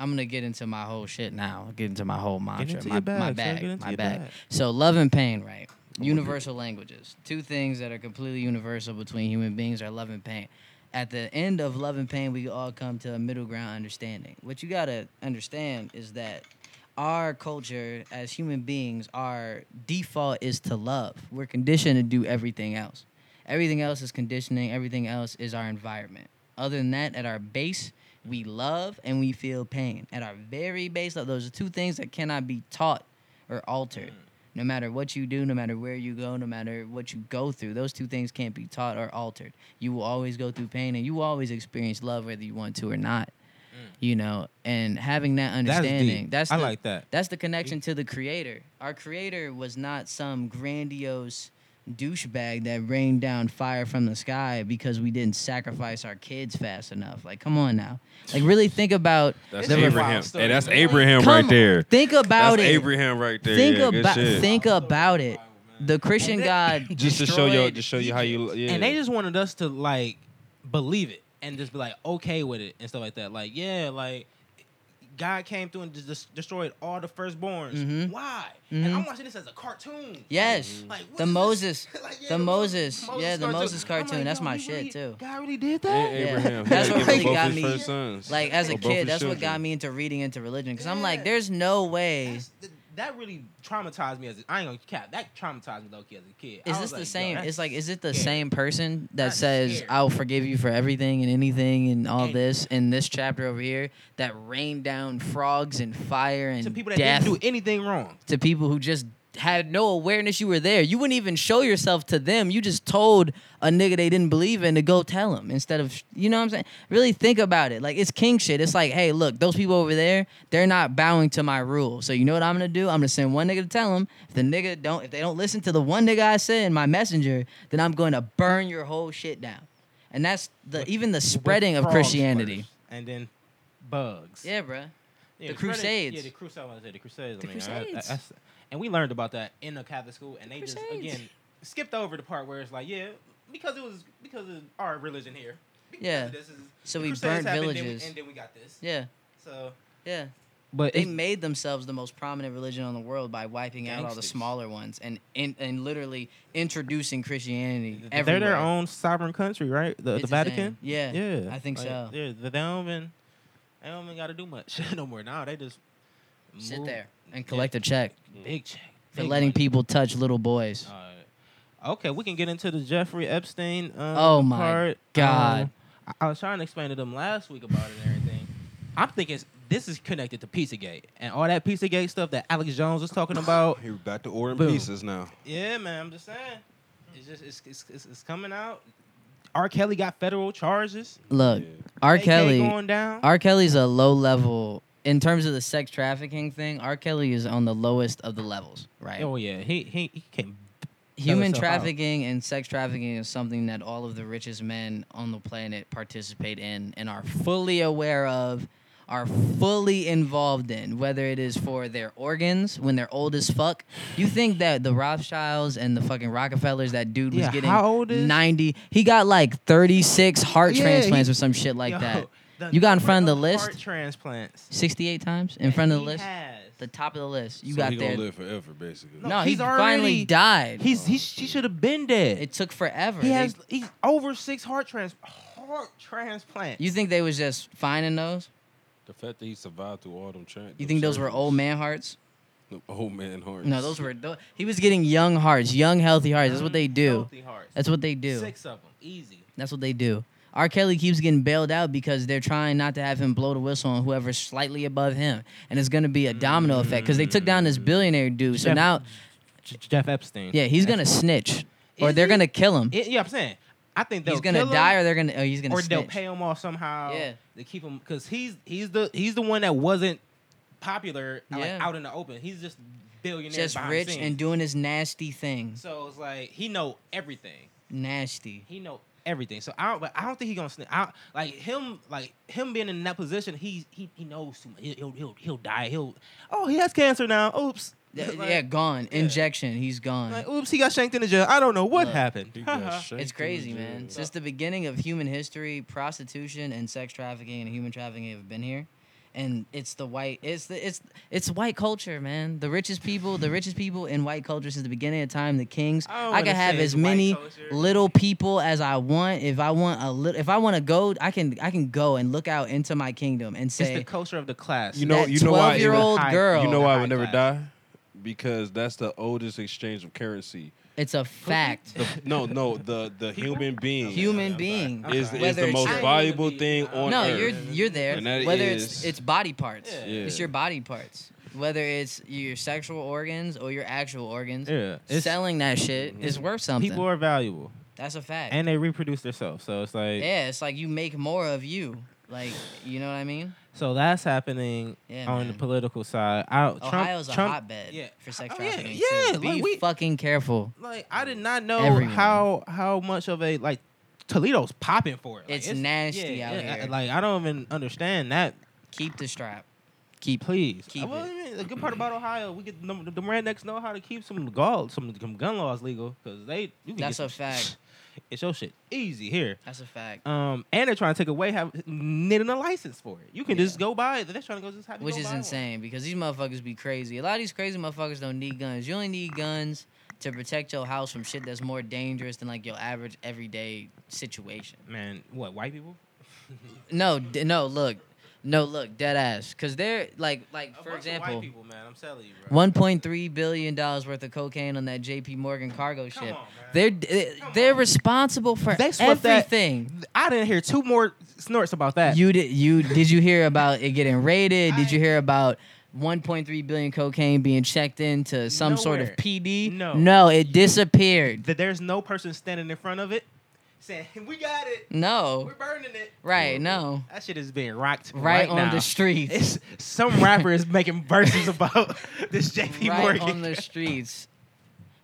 S3: I'm gonna get into my whole shit now. Get into my whole mantra.
S1: into
S3: my,
S1: your
S3: my
S1: bag, sir.
S3: bag.
S1: Get into
S3: my
S1: your
S3: bag.
S1: bag.
S3: So love and pain, right? Universal languages. Two things that are completely universal between human beings are love and pain. At the end of love and pain, we all come to a middle ground understanding. What you gotta understand is that our culture as human beings, our default is to love. We're conditioned to do everything else. Everything else is conditioning, everything else is our environment. Other than that, at our base, we love and we feel pain. At our very base level, those are two things that cannot be taught or altered.
S2: Mm.
S3: No matter what you do, no matter where you go, no matter what you go through, those two things can't be taught or altered. You will always go through pain and you will always experience love whether you want to or not.
S2: Mm.
S3: You know, and having that understanding. That's,
S1: I
S3: the-
S1: like that.
S3: that's the connection to the creator. Our creator was not some grandiose douchebag that rained down fire from the sky because we didn't sacrifice our kids fast enough. Like, come on now. Like, really think about
S2: That's
S1: This is a
S2: Abraham.
S1: wild story.
S2: Hey, that's Abraham right
S3: Come-
S2: there.
S3: Think about
S2: That's
S3: it.
S2: Abraham right there.
S3: Think
S2: yeah, good
S3: about
S2: shit.
S3: think about it.
S1: Oh,
S3: The Christian God
S2: just to show you,
S3: destroyed
S2: to show you how you.
S3: Egypt.
S2: Yeah.
S1: And they just wanted us to like believe it and just be like okay with it and stuff like that. Like yeah, like God came through and just des- destroyed all the firstborns.
S3: Mhm.
S1: Why?
S3: Mhm.
S1: And I'm watching this as a cartoon.
S3: Yes.
S1: Like, what
S3: The
S1: is this?
S3: Moses.
S1: Like, yeah,
S3: The Moses. Yeah, the
S1: cartoon.
S3: Moses
S1: I'm
S3: cartoon. That's
S1: yo,
S3: my
S1: he
S3: shit,
S1: really-
S3: too.
S1: God really did
S2: And
S1: that.
S3: Yeah.
S2: Abraham.
S3: That's
S2: Yeah,
S1: what
S2: give him
S1: really
S2: both
S1: got
S2: his
S1: me.
S2: first sons.
S3: Like as a
S2: Or Oh, both
S3: kid,
S2: his
S3: that's what
S2: children.
S3: got me into reading into religion because I'm like,
S1: Yeah.
S3: there's no way.
S1: That's- th- That really traumatized me as a, I ain't gonna cap. That traumatized me low key as a kid. I
S3: Is
S1: was
S3: this the
S1: like, yo,
S3: same?
S1: that's
S3: It's like, is it the
S1: scary.
S3: same person that
S1: That's
S3: says,
S1: scary.
S3: "I'll forgive you for everything and anything and all
S1: And-
S3: this" in this chapter over here that rained down frogs and fire and
S1: to people that
S3: death
S1: didn't do anything wrong.
S3: to people who just had no awareness you were there. You wouldn't even show yourself to them. You just told a nigga they didn't believe in to go tell him instead of, you know what I'm saying? Really think about it. Like, it's king shit. It's like, hey, look, those people over there, they're not bowing to my rule. So you know what I'm going to do? I'm going to send one nigga to tell them. If the nigga don't, if they don't listen to the one nigga I send, my messenger, then I'm going to burn your whole shit down. And that's the even the spreading of
S1: Frogs
S3: Christianity.
S1: first, and then bugs.
S3: Yeah, bruh.
S1: Yeah, spreading-
S3: The Crusades.
S1: Yeah, the Crusades. I wanna say the Crusades.
S3: The
S1: I mean, I- I-
S3: Crusades.
S1: that's- and we learned about that in the Catholic school, and they just
S3: Crusades.
S1: again skipped over the part where it's like, yeah, because it was because of our religion here. Because
S3: Yeah.
S1: of This is,
S3: So
S1: the
S3: we
S1: Crusades happened,
S3: burnt
S1: then we-
S3: villages.
S1: and then we got this.
S3: Yeah,
S1: So,
S3: yeah.
S1: but
S3: they
S1: it-
S3: made themselves the most prominent religion on the world by wiping out all the
S1: Gangsters.
S3: smaller ones and, and and literally introducing Christianity.
S1: they're
S3: everywhere.
S1: their own sovereign country, right? The,
S3: It's
S1: the
S3: the same.
S1: Vatican.
S3: Yeah,
S1: yeah.
S3: I think
S1: Like,
S3: so.
S1: Yeah, they don't even they don't even got to do much no more. Now they just
S3: Sit
S1: move-
S3: there and collect a check
S1: big check
S3: for
S1: big
S3: letting
S1: money.
S3: people touch little boys.
S1: Alright. Uh, okay, we can get into the Jeffrey Epstein. Um,
S3: Oh my
S1: part.
S3: God.
S1: Um, I-, I was trying to explain to them last week about it and everything. I'm thinking s- this is connected to Pizzagate and all that Pizzagate stuff that Alex Jones was talking about.
S2: He back to order in
S1: Boom.
S2: pieces now.
S1: yeah, man, I'm just saying, it's just it's it's, it's, it's coming out. R. Kelly got federal charges.
S3: Look, R.
S1: AK
S3: Kelly,
S1: going down.
S3: R. Kelly's a low level in terms of the sex trafficking thing. R. Kelly is on the lowest of the levels, right?
S1: oh yeah, he he, he came.
S3: Human
S1: yourself out.
S3: trafficking and sex trafficking is something that all of the richest men on the planet participate in and are fully aware of, are fully involved in, whether it is for their organs when they're old as fuck. You think that the Rothschilds and the fucking Rockefellers, that dude was
S1: Yeah,
S3: getting
S1: how old is-
S3: 90, he got like 36 heart
S1: Yeah,
S3: transplants
S1: he-
S3: or some shit like
S1: Yo,
S3: that.
S1: the
S3: You got in
S1: number
S3: front of the
S1: Heart
S3: list?
S1: transplants
S3: 68 times in
S1: that
S3: front of the
S1: he
S3: list,
S1: has.
S3: the top of the list. You
S2: so
S3: got
S2: he
S3: there.
S2: gonna live forever, basically.
S1: No,
S3: No, he
S1: he's
S3: finally
S1: already-
S3: died.
S1: He's he she should have been dead.
S3: it took forever.
S1: he
S3: They-
S1: has he's over six heart trans heart transplants.
S3: You think they was just finding those?
S2: The fact that he survived through all them trans.
S3: You think those were old man hearts?
S2: Old man hearts.
S3: No, those were. tho- He was getting young hearts, young healthy hearts. That's what they do.
S1: Healthy hearts.
S3: That's what they do.
S1: Six of them, easy.
S3: That's what they do. R. Kelly keeps getting bailed out because they're trying not to have him blow the whistle on whoever's slightly above him, and it's gonna be a domino effect because they took down this billionaire dude. So
S1: Jeff-
S3: now,
S1: J- Jeff Epstein.
S3: yeah, he's gonna snitch, or
S1: Is
S3: they're
S1: he?
S3: gonna kill him.
S1: It- yeah, I'm saying. I think they'll
S3: He's gonna
S1: kill him,
S3: die, or they're gonna. Oh, he's gonna
S1: or they'll
S3: snitch.
S1: pay him off somehow.
S3: Yeah.
S1: To keep him, because he's he's the he's the one that wasn't popular like,
S3: Yeah.
S1: out in the open. He's just billionaire,
S3: Just
S1: behind the
S3: rich
S1: scenes.
S3: and doing his nasty things.
S1: So it's like he know everything.
S3: Nasty.
S1: He know everything. So I don't. But I don't think he gonna snitch. I, like him. Like him being in that position. He he he knows too much. He'll he'll he'll, he'll die. He'll. Oh, he has cancer now. Oops.
S3: Yeah,
S1: Like-
S3: yeah, gone.
S1: yeah.
S3: Injection. He's gone.
S1: Like, oops, he got shanked in the jail. I don't know what
S3: Look,
S1: happened.
S2: He got shanked in
S3: It's
S2: the
S3: crazy,
S2: jail.
S3: man.
S1: So-
S3: Since the beginning of human history, prostitution and sex trafficking and human trafficking have been here. And it's the white it's the it's it's white culture, man. The richest people, the richest people in white culture since the beginning of time, the kings.
S1: I don't
S3: I, can
S1: wanna
S3: have
S1: say
S3: as
S1: white
S3: many
S1: culture.
S3: little people as I want. If I want a little if I want to go, I can I can go and look out into my kingdom and
S1: It's the
S3: say
S1: culture of the class.
S2: You know-
S3: that
S2: you know why it was
S3: 12-year-old
S1: high-
S3: girl.
S2: You know why I
S1: High
S2: would never
S1: class.
S2: die? Because that's the oldest exchange of currency.
S3: it's a fact.
S2: The, no, no, the the human being
S3: Human being.
S1: I'm
S2: is,
S1: sorry.
S2: is
S3: Whether
S2: the
S3: it's-
S2: most
S1: I-
S2: valuable thing on
S3: no,
S2: earth.
S3: you're you're there.
S2: And that
S3: Whether it's
S2: is-
S3: it's body parts,
S1: Yeah.
S3: it's
S2: Yeah.
S3: your body parts. Whether it's your sexual organs or your actual organs,
S1: Yeah. It's, Mhm.
S3: selling that shit is worth something.
S1: people are valuable
S3: That's a fact.
S1: and they reproduce themselves. So it's like
S3: yeah, it's like you make more of you. Like you know what I mean?
S1: So that's happening
S3: Yeah,
S1: on Oh, the
S3: man.
S1: political side. I, Trump,
S3: Ohio's a
S1: Trump-
S3: hotbed
S1: yeah.
S3: for sex
S1: Oh, yeah,
S3: trafficking.
S1: yeah,
S3: too. be
S1: like, we-
S3: fucking careful.
S1: Like I did not know
S3: Everyone.
S1: how how much of a like Toledo's popping for it. Like,
S3: It's nasty out
S1: I-
S3: here.
S1: Like I don't even understand that.
S3: Keep the strap.
S1: Keep please.
S3: keep
S1: well,
S3: it.
S1: I mean, the good part about Ohio, we get the, the rednecks know how to keep some gall, some, some gun laws legal because they. You can
S3: That's
S1: get some-
S3: a fact.
S1: It's your shit easy here.
S3: That's a fact.
S1: Um, and they're trying to take away have needing a license for it. You can
S3: Yeah.
S1: just go buy it. They're trying to go just have you
S3: Which
S1: go
S3: is
S1: buy one.
S3: insane because these motherfuckers be crazy. A lot of these crazy motherfuckers don't need guns. You only need guns to protect your house from shit that's more dangerous than like your average everyday situation.
S1: Man, what white people?
S3: No, d- no, look, no, look, dead ass. Cause they're like, like
S1: A bunch
S3: for
S1: of white
S3: example,
S1: people, man. I'm telling you, bro.
S3: one point three billion dollars worth of cocaine on that J.P. Morgan
S1: Come
S3: cargo ship.
S1: on, man.
S3: They're d-
S1: Come
S3: they're
S1: on.
S3: responsible for
S1: They swept that-
S3: everything.
S1: I didn't hear two more snorts about that.
S3: You did you did you hear about it getting raided? Did you
S1: I-
S3: hear about 1.3 billion cocaine being checked into some sort of
S1: Nowhere.
S3: PD?
S1: No.
S3: no, it disappeared.
S1: that there's no person standing in front of it saying, "We got it,
S3: No,
S1: we're burning it."
S3: right, no,
S1: That shit is being rocked
S3: right,
S1: right,
S3: on
S1: now.
S3: the streets,
S1: It's, some rapper is making verses about this JP
S3: right
S1: Morgan.
S3: on the streets.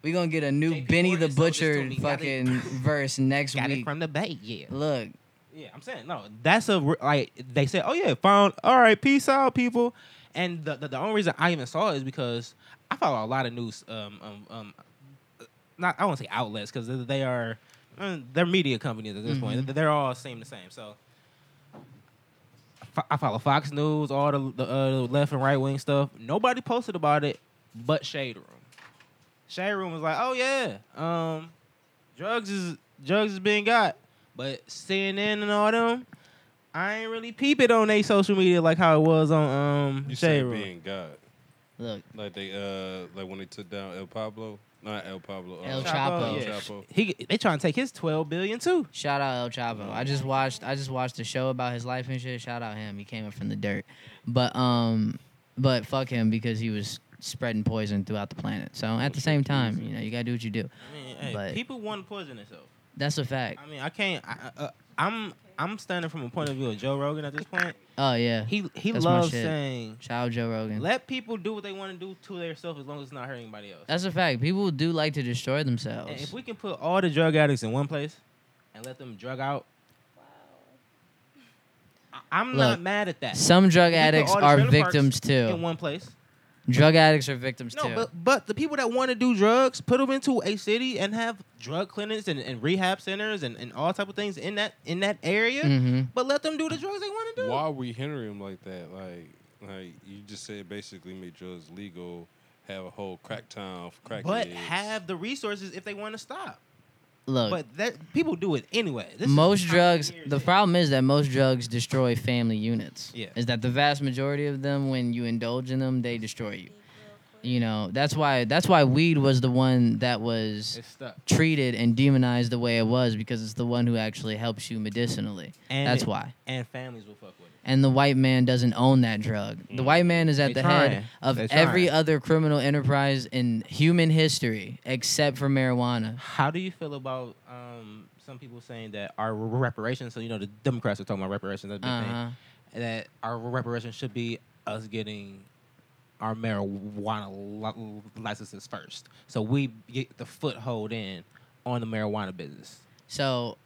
S3: We gonna get a new
S1: JP
S3: Benny
S1: Morgan
S3: the
S1: sold this to
S3: Butcher
S1: me. Got it.
S3: fucking verse next
S1: got it
S3: week.
S1: from the bay, yeah.
S3: Look,
S1: Yeah, I'm saying no. That's a re- like they said. Oh yeah, found. All right, peace out, people. And the the, the only reason I even saw it is because I follow a lot of news. Um, um, um not I won't say outlets because they are uh, they're media companies at this point. They- They're all same the same. So fo- I follow Fox News, all the the uh, left and right wing stuff. Nobody posted about it, but Shade Room. Shade Room was like, oh yeah, um, drugs is drugs is being got, but CNN and all them, I ain't really peep it on their social media like how it was on um
S2: You
S1: Shade
S2: said
S1: Room.
S2: being God,
S3: look,
S2: like they uh like when they took down El Pablo, not El Pablo, uh,
S3: El
S1: Chapo,
S3: Chapo.
S1: yeah.
S2: Chapo.
S1: He they trying to take his twelve billion too.
S3: Shout out El Chapo. I just watched I just watched a show about his life and shit. Shout out him. He came up from the dirt. But um but fuck him because he was spreading poison throughout the planet. So at the same time, you know, you gotta do what you do.
S1: I mean, hey,
S3: But-
S1: people want to poison themselves.
S3: That's a fact.
S1: I mean, I can't. I, I- uh, I'm I'm standing from a point of view of Joe Rogan at this point.
S3: Oh yeah.
S1: He he
S3: That's my
S1: loves
S3: shit.
S1: saying
S3: Shout out Joe Rogan.
S1: let people do what they want to do to themselves as long as it's not hurting anybody else.
S3: That's a fact. People do like to destroy
S1: And if
S3: themselves.
S1: we can put all the drug addicts in one place and let them drug out, I- I'm
S3: Look,
S1: not mad at that.
S3: Some drug
S1: We put
S3: addicts
S1: all the
S3: are
S1: trailer parks
S3: victims
S1: in
S3: too.
S1: one place.
S3: Drug addicts are victims
S1: No,
S3: too.
S1: but but the people that want to do drugs, put them into a city and have drug clinics and, and rehab centers and, and all type of things in that in that area.
S3: hmm
S1: But let them do the drugs they want to do.
S2: Why are we hindering him like that? Like, like you just said, basically make drugs legal, have a whole crack town for crack.
S1: But
S2: heads.
S1: have the resources if they want to stop.
S3: Look.
S1: But that people do it anyway. This is
S3: most
S1: how
S3: drugs
S1: weird
S3: the
S1: it is.
S3: problem is that most drugs destroy family units
S1: Yeah.
S3: is that the vast majority of them when you indulge in them they destroy you you know that's why that's why weed was the one that was
S1: It's stuck.
S3: treated and demonized the way it was because it's the one who actually helps you medicinally
S1: And
S3: that's
S1: it-
S3: why
S1: And families will fuck with it.
S3: and the white man doesn't own that drug the white man is at
S1: They
S3: the head
S1: trying.
S3: of
S1: They
S3: every
S1: trying.
S3: other criminal enterprise in human history except for marijuana
S1: How do you feel about um, some people saying that our reparations? So you know the Democrats are talking about reparations. That's a big
S3: uh-huh.
S1: thing. That our reparations should be us getting our marijuana li- licenses first, so we get the foothold in on the marijuana business.
S3: so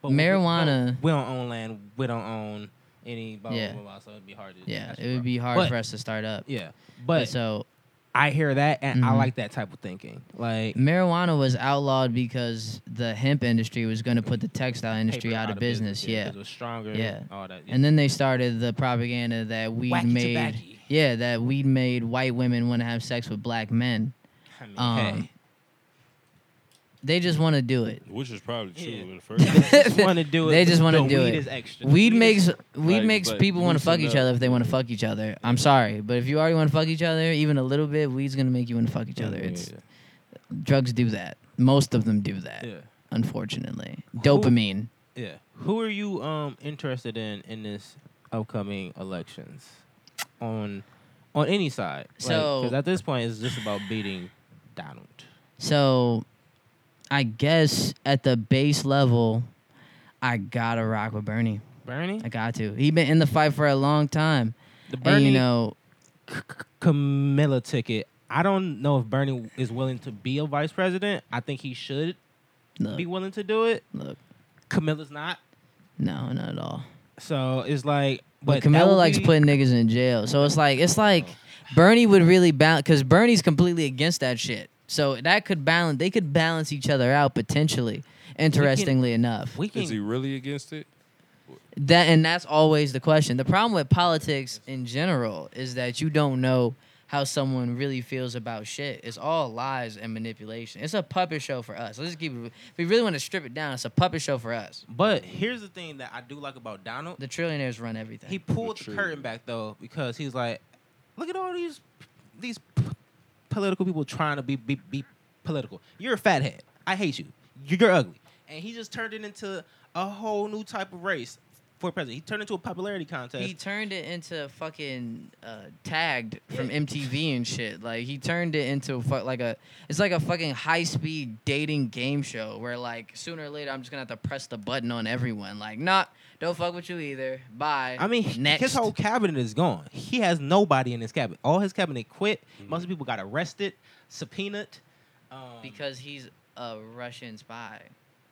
S1: But we- we-
S3: Marijuana-
S1: We, don't own land. We don't own any. Blah,
S3: Yeah.
S1: blah, blah, blah, so it'd be hard to.
S3: yeah
S1: that's
S3: it would
S1: rough.
S3: be hard
S1: But-
S3: for us to start up
S1: Yeah, but
S3: so
S1: I hear that, and I
S3: Mhm.
S1: like that type of thinking. Like
S3: marijuana was outlawed because the hemp industry was going to put the textile industry
S1: paper
S3: out, of business,
S1: 'cause
S3: yeah.
S1: it was stronger.
S3: Yeah.
S1: all that.
S3: And then they started the propaganda that weed
S1: Wacky
S3: made
S1: tobacky.
S3: yeah, that weed made white women want to have sex with black men.
S1: I mean,
S3: Um,
S1: hey.
S3: They just want to do it.
S2: which is probably true
S1: Yeah.
S2: in the first. place.
S1: just want to do it.
S3: They just wanna
S1: but
S3: do
S1: weed
S3: it.
S1: is extra.
S3: Weed
S1: is-
S3: makes weed
S2: like-
S3: makes
S2: like
S3: people want to fuck
S2: loosen
S3: each other
S2: up.
S3: if they want to fuck each other. I'm sorry, but if you already want to fuck each other even a little bit, weed's going to make you want to fuck each other. It's drugs do that. Most of them do that,
S1: yeah,
S3: unfortunately. Dopamine.
S1: yeah. Who are you um interested in in this upcoming elections on on any side? Like,
S3: So-
S1: 'cause at this point, it's just about beating Donald.
S3: So I guess at the base level, I gotta rock with Bernie.
S1: Bernie,
S3: I got to. He been in the fight for a long time.
S1: the Bernie
S3: And you know,
S1: C- C- Camilla ticket. I don't know if Bernie is willing to be a vice president. I think he should be
S3: look,
S1: willing to do it.
S3: look,
S1: Camilla's not,
S3: no, not at all.
S1: so it's like. But
S3: But
S1: that
S3: Camilla
S1: would
S3: likes
S1: be-
S3: putting niggas in jail, so it's like it's like Bernie would really balance because Bernie's completely against that shit. So that could balance. They could balance each other out potentially. Interestingly enough,
S1: We can
S2: Is he really against it?
S3: that and that's always the question. The problem with politics in general is that you don't know how someone really feels about shit. It's all lies and manipulation. It's a puppet show for us. Let's just keep it. If we really want to strip it down, it's a puppet show for us.
S1: But here's the thing that I do like about Donald.
S3: The trillionaires run everything.
S1: He pulled the
S2: True.
S1: curtain back though because he's like, look at all these these p- political people trying to be be, be political. You're a fathead. I hate you. You're, you're ugly. And he just turned it into a whole new type of race for president. He turned into a popularity contest.
S3: He turned it into fucking uh, tagged from MTV and shit. Like he turned it into fu- like a it's like a fucking high speed dating game show where like sooner or later I'm just gonna have to press the button on everyone. Like nah, don't fuck with you either. Bye.
S1: I mean,
S3: next.
S1: his whole cabinet is gone. He has nobody in his cabinet. All his cabinet quit. Most of the people got arrested, subpoenaed. Um,
S3: because he's a Russian spy.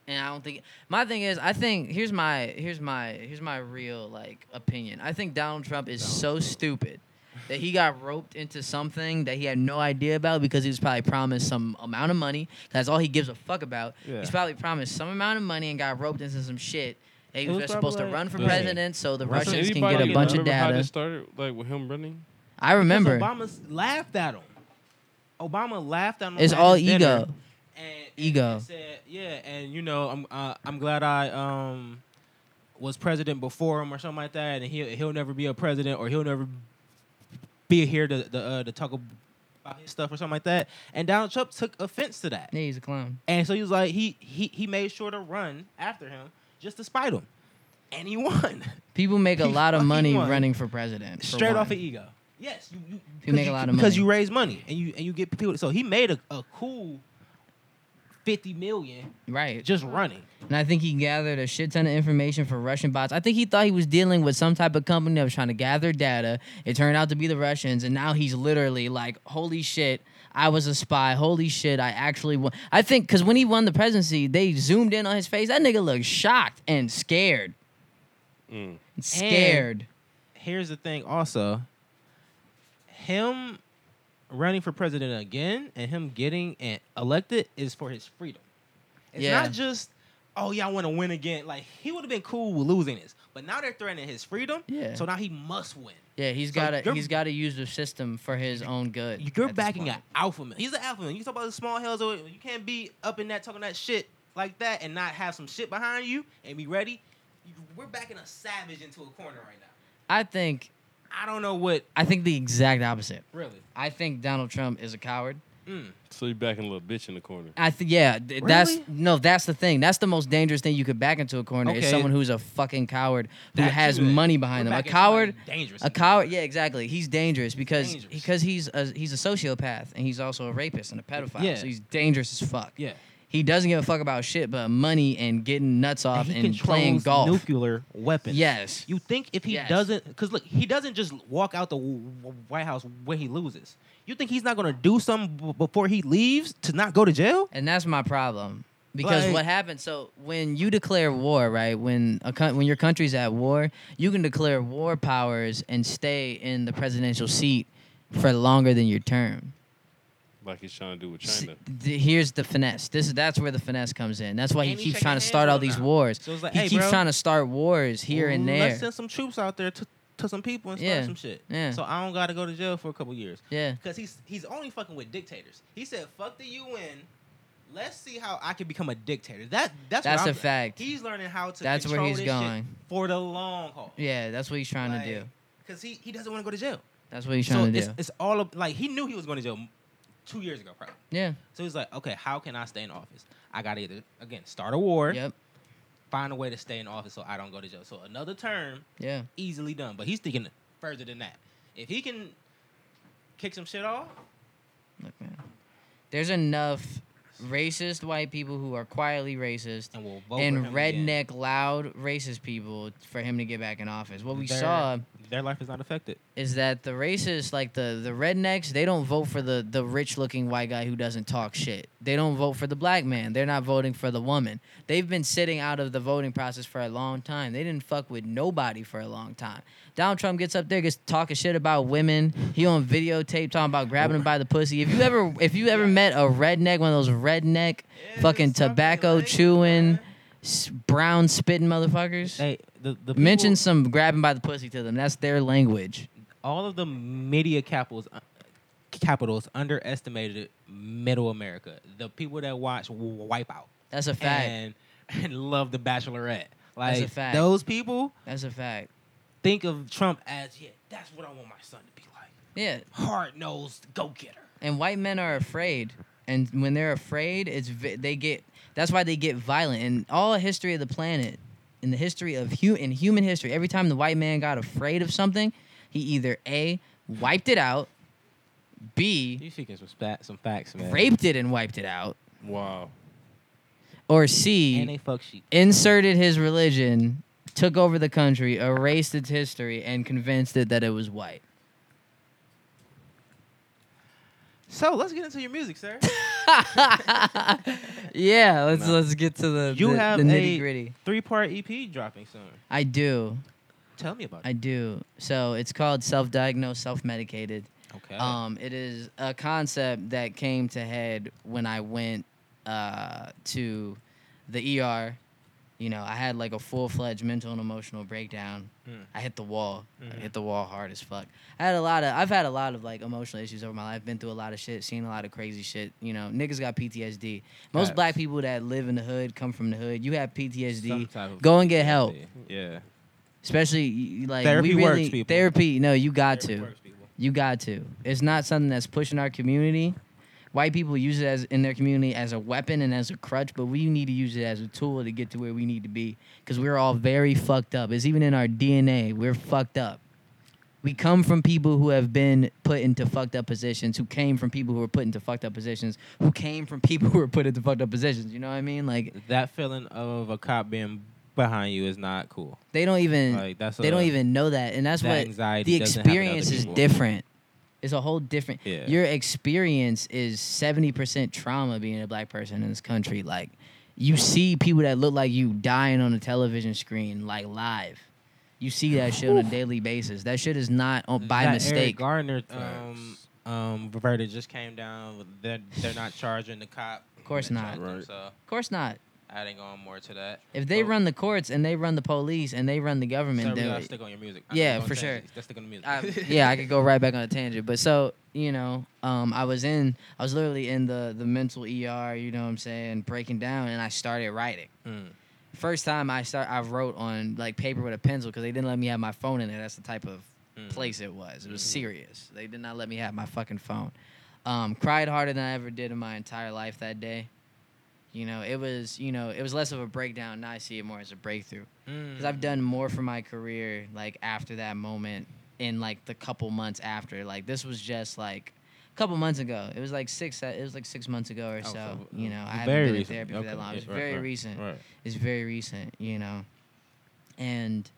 S3: And I don't think my thing is I think here's my here's my here's my real like opinion. I think Donald Trump is so stupid that he got roped into something that he had no idea about because he was probably promised some amount of money. That's all he gives a fuck about.
S1: Yeah.
S3: He's probably promised some amount of money and got roped into some shit. that he
S1: It
S3: was,
S1: was
S3: supposed to
S1: probably
S3: run for
S2: like-
S3: president so the
S1: Does
S3: Russians can
S2: anybody
S3: get a bunch of
S2: remember How
S3: data.
S2: this started, like with him running.
S3: I remember.
S1: Obama's laughed at him. Obama laughed at him.
S3: It's
S1: at
S3: all
S1: his dinner
S3: ego.
S1: And, and
S3: Ego.
S1: he Said, yeah, and you know, I'm uh, I'm glad I um was president before him or something like that, and he'll he'll never be a president or he'll never be here to the uh, to talk about his stuff or something like that. And Donald Trump took offense to that,
S3: Yeah, he's a clown.
S1: and so he was like, he he he made sure to run after him just to spite him, and he won
S3: People make a
S1: He
S3: lot of
S1: fucking
S3: money
S1: won.
S3: running for president. for
S1: straight off
S3: one.
S1: of E! ego. Yes, you, you,
S3: You
S1: 'cause
S3: make a lot of
S1: because
S3: money.
S1: you raise money and you and you get people. So he made a, a cool fifty million
S3: Right.
S1: just running.
S3: And I think he gathered a shit ton of information for Russian bots. I think he thought he was dealing with some type of company that was trying to gather data. It turned out to be the Russians, and now he's literally like, "Holy shit, I was a spy. Holy shit, I actually won." I think because when he won the presidency, they zoomed in on his face. That nigga looked shocked and scared.
S2: Mm.
S3: Scared.
S1: Here's the thing, also, him running for president again and him getting an, elected is for his freedom. It's
S3: Yeah.
S1: not just oh yeah, I want to win again. Like he would have been cool with losing this, but now they're threatening his freedom.
S3: Yeah.
S1: So now he must win.
S3: yeah, he's
S1: So
S3: got to
S1: you're-
S3: he's got to use the system for his own good.
S1: You're
S3: at this
S1: backing
S3: point.
S1: an alpha man. He's an alpha man. You talk about the small hells. or- You can't be up in that talking that shit like that and not have some shit behind you and be ready. You- We're backing a savage into a corner right now.
S3: I think
S1: I don't know what
S3: I think the exact opposite.
S1: really.
S3: I think Donald Trump is a coward.
S1: Mm.
S2: So you backing a little bitch in the corner.
S3: I think yeah, th- that's
S1: Really?
S3: no, that's the thing. That's the most dangerous thing you could back into a corner is
S1: Okay.
S3: someone who's a fucking coward who
S1: That
S3: has
S1: too, then.
S3: money behind
S1: We're
S3: them. A
S1: backing
S3: coward,
S1: somebody dangerous.
S3: a coward. Yeah, exactly. He's dangerous because
S1: Dangerous.
S3: because he's a, he's a sociopath and he's also a rapist and a pedophile.
S1: Yeah.
S3: So he's dangerous as fuck.
S1: Yeah.
S3: He doesn't give a fuck about shit but money and getting nuts off
S1: he
S3: and, playing
S1: controls
S3: golf.
S1: nuclear weapons.
S3: Yes.
S1: You think if he
S3: Yes.
S1: doesn't, because look, he doesn't just walk out the w- w- White House when he loses. You think he's not going to do something b- before he leaves to not go to jail?
S3: And that's my problem. Because
S1: Like-
S3: what happens? So when you declare war, right? When a coun- when your country's at war, you can declare war powers and stay in the presidential seat for longer than your term.
S2: Like he's trying to do with
S3: S-
S2: China.
S3: th- Here's the finesse. This is that's where the finesse comes in. That's why he
S1: And he
S3: keeps
S1: shaking
S3: trying to start
S1: hands
S3: all
S1: all
S3: these
S1: now.
S3: wars.
S1: So it's like,
S3: he
S1: hey,
S3: keeps
S1: bro.
S3: trying to start wars here and
S1: Well,
S3: there.
S1: Let's send some troops out there to, to some people and start
S3: Yeah.
S1: some shit.
S3: Yeah.
S1: So I don't gotta go to jail for a couple years.
S3: Yeah.
S1: Cause he's he's only fucking with dictators. He said, "Fuck the UN. Let's see how I can become a dictator." That that's
S3: That's
S1: what I'm-
S3: a fact.
S1: He's learning how to.
S3: That's where
S1: control
S3: he's
S1: this shit
S3: going.
S1: for the long haul.
S3: Yeah, that's what he's trying
S1: Like,
S3: to do.
S1: Cause he he doesn't want to go to jail.
S3: That's what he's
S1: So
S3: trying to
S1: it's,
S3: do.
S1: it's all of, like he knew he was going to jail two years ago, probably.
S3: yeah.
S1: So he's like, "Okay, how can I stay in office? I gotta either again start a war,
S3: Yep.
S1: find a way to stay in office so I don't go to jail. So another term."
S3: Yeah.
S1: easily done. But he's thinking further than that. If he can kick some shit off,
S3: Look, man. There's enough racist white people who are quietly racist
S1: and we'll vote
S3: and
S1: for him again.
S3: redneck loud racist people for him to get back in office. What we
S1: Their-
S3: saw
S1: Their life is not affected.
S3: is that the racists, like the the rednecks, they don't vote for the the rich looking white guy who doesn't talk shit. They don't vote for the black man. They're not voting for the woman. They've been sitting out of the voting process for a long time. They didn't fuck with nobody for a long time. Donald Trump gets up there, gets talking shit about women. He on videotape talking about grabbing him by the pussy. If you ever if you ever met a redneck, one of those redneck fucking tobacco chewing, s- brown spitting motherfuckers.
S1: Hey, the, the people-
S3: Mention some grabbing by the pussy to them. That's their language.
S1: all of the media capitals uh, capitals underestimated middle America. The people that watch Wipeout
S3: That's a fact.
S1: and and love The Bachelorette. Like
S3: That's a fact.
S1: those people
S3: That's a fact.
S1: think of Trump as yeah, that's what I want my son to be like.
S3: Yeah.
S1: Hard nosed go getter.
S3: And white men are afraid, and when they're afraid, it's vi- they get. That's why they get violent. In all history of the planet, in the history of hu- in human history, every time the white man got afraid of something, he either a wiped it out, b
S1: You speaking some spat, some facts, man.
S3: raped it and wiped it out,
S2: Wow.
S3: or
S1: and they
S3: c
S1: fuck sheep.
S3: inserted his religion, took over the country, erased its history, and convinced it that it was white.
S1: So let's get into your music, sir.
S3: yeah, let's
S2: No.
S3: let's get to the
S1: You
S3: the,
S1: have a-
S3: nitty gritty.
S1: Three part EP E dropping soon.
S3: I do,
S1: Tell me about
S3: I
S1: it.
S3: do. So it's called self-diagnosed, self-medicated.
S1: Okay.
S3: Um, it is a concept that came to head when I went uh, to the ER. You know, I had like a full-fledged mental and emotional breakdown.
S1: Mm.
S3: I hit the wall. I
S1: Mhm.
S3: hit the wall hard as fuck. I had a lot of. I've had a lot of like emotional issues over my life. Been through a lot of shit. Seen a lot of crazy shit. You know, niggas got PTSD. Most
S1: Facts.
S3: black people that live in the hood come from the hood. You have PTSD.
S1: Some type of E
S3: Go and get help.
S1: Yeah.
S3: Especially y- like
S1: Therapy
S3: we
S1: works,
S3: really
S1: people.
S3: therapy. No, you got
S1: Therapy
S3: to.
S1: works, people.
S3: You got to. It's not something that's pushing our community. White people use it as in their community as a weapon and as a crutch, but we need to use it as a tool to get to where we need to be because we're all very fucked up. It's even in our DNA. We're fucked up. We come from people who have been put into fucked up positions, who came from people who were put into fucked up positions, who came from people who were put into fucked up positions. You know what I mean? Like
S1: that feeling of a cop being behind you is not cool.
S3: they don't even
S1: Like that's
S3: they
S1: a-
S3: don't even know that, and that's
S1: that
S3: what
S1: anxiety
S3: the
S1: doesn't happen to other
S3: experience is
S1: people.
S3: different. It's a whole different.
S1: Yeah.
S3: Your experience is seventy percent trauma being a black person in this country. Like, you see people that look like you dying on a television screen, like live. You see that shit on a daily basis. That shit is not on, by
S1: That Eric
S3: mistake.
S1: Garner um um verdict just came down. They're they're not charging the cop. Of
S3: course not.
S2: Right.
S1: So
S3: of course not.
S1: adding on more to that.
S3: If they
S1: Oh,
S3: run the courts and they run the police and they run the government,
S1: Sir, we
S3: then
S1: gotta stick on your music. I know
S3: Yeah,
S1: we're on
S3: for sure.
S1: tangents. Let's stick on the music.
S3: I, yeah, I could go right back on a tangent. But so, you know, um, I was in, I was literally in the the mental ER, you know what I'm saying, breaking down, and I started writing.
S1: Mm.
S3: First time I start, I wrote on like paper with a pencil because they didn't let me have my phone in there. That's the type of
S1: Mm.
S3: place it was. It was
S1: Mhm.
S3: serious. They did not let me have my fucking phone. Um, cried harder than I ever did in my entire life that day. You know, it was, you know, it was less of a breakdown. Now I see it more as a breakthrough
S1: Mm.
S3: because I've done more for my career like after that moment in like the couple months after. Like this was just like a couple months ago. It was like six. It was like six months ago or
S1: Oh,
S3: so.
S1: so,
S3: you
S1: uh,
S3: know, I haven't
S1: very
S3: been in
S1: recent.
S3: therapy for
S1: Okay,
S3: that long.
S1: yeah,
S3: It's
S1: right,
S3: very
S1: right,
S3: recent.
S1: Right.
S3: It's very recent. You know, and.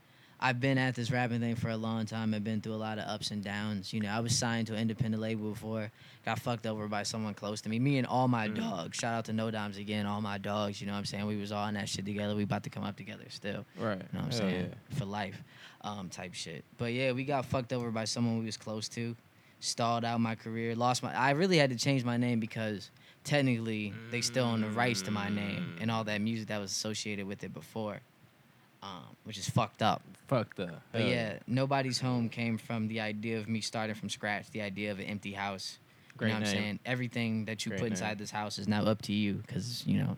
S3: I've been at this rapping thing for a long time. I've been through a lot of ups and downs. You know, I was signed to an independent label before, got fucked over by someone close to me. Me and all my
S1: Mm.
S3: dogs. Shout out to No Dimes again, all my dogs. You know what I'm saying? We was all in that shit together. We about to come up together still.
S1: Right.
S3: You know what I'm
S1: Hell
S3: saying? For life, um, type shit. But yeah, we got fucked over by someone we was close to, stalled out my career, lost my. I really had to change my name because technically they still own the rights to my
S1: Mm.
S3: name and all that music that was associated with it before, um, which is fucked up.
S1: yeah. Fuck the.
S3: But yeah, nobody's home came from the idea of me starting from scratch, the idea of an empty house.
S1: Great
S3: you know what
S1: name.
S3: I'm saying? Everything that you
S1: Great
S3: put
S1: name.
S3: inside this house is now up to you because you know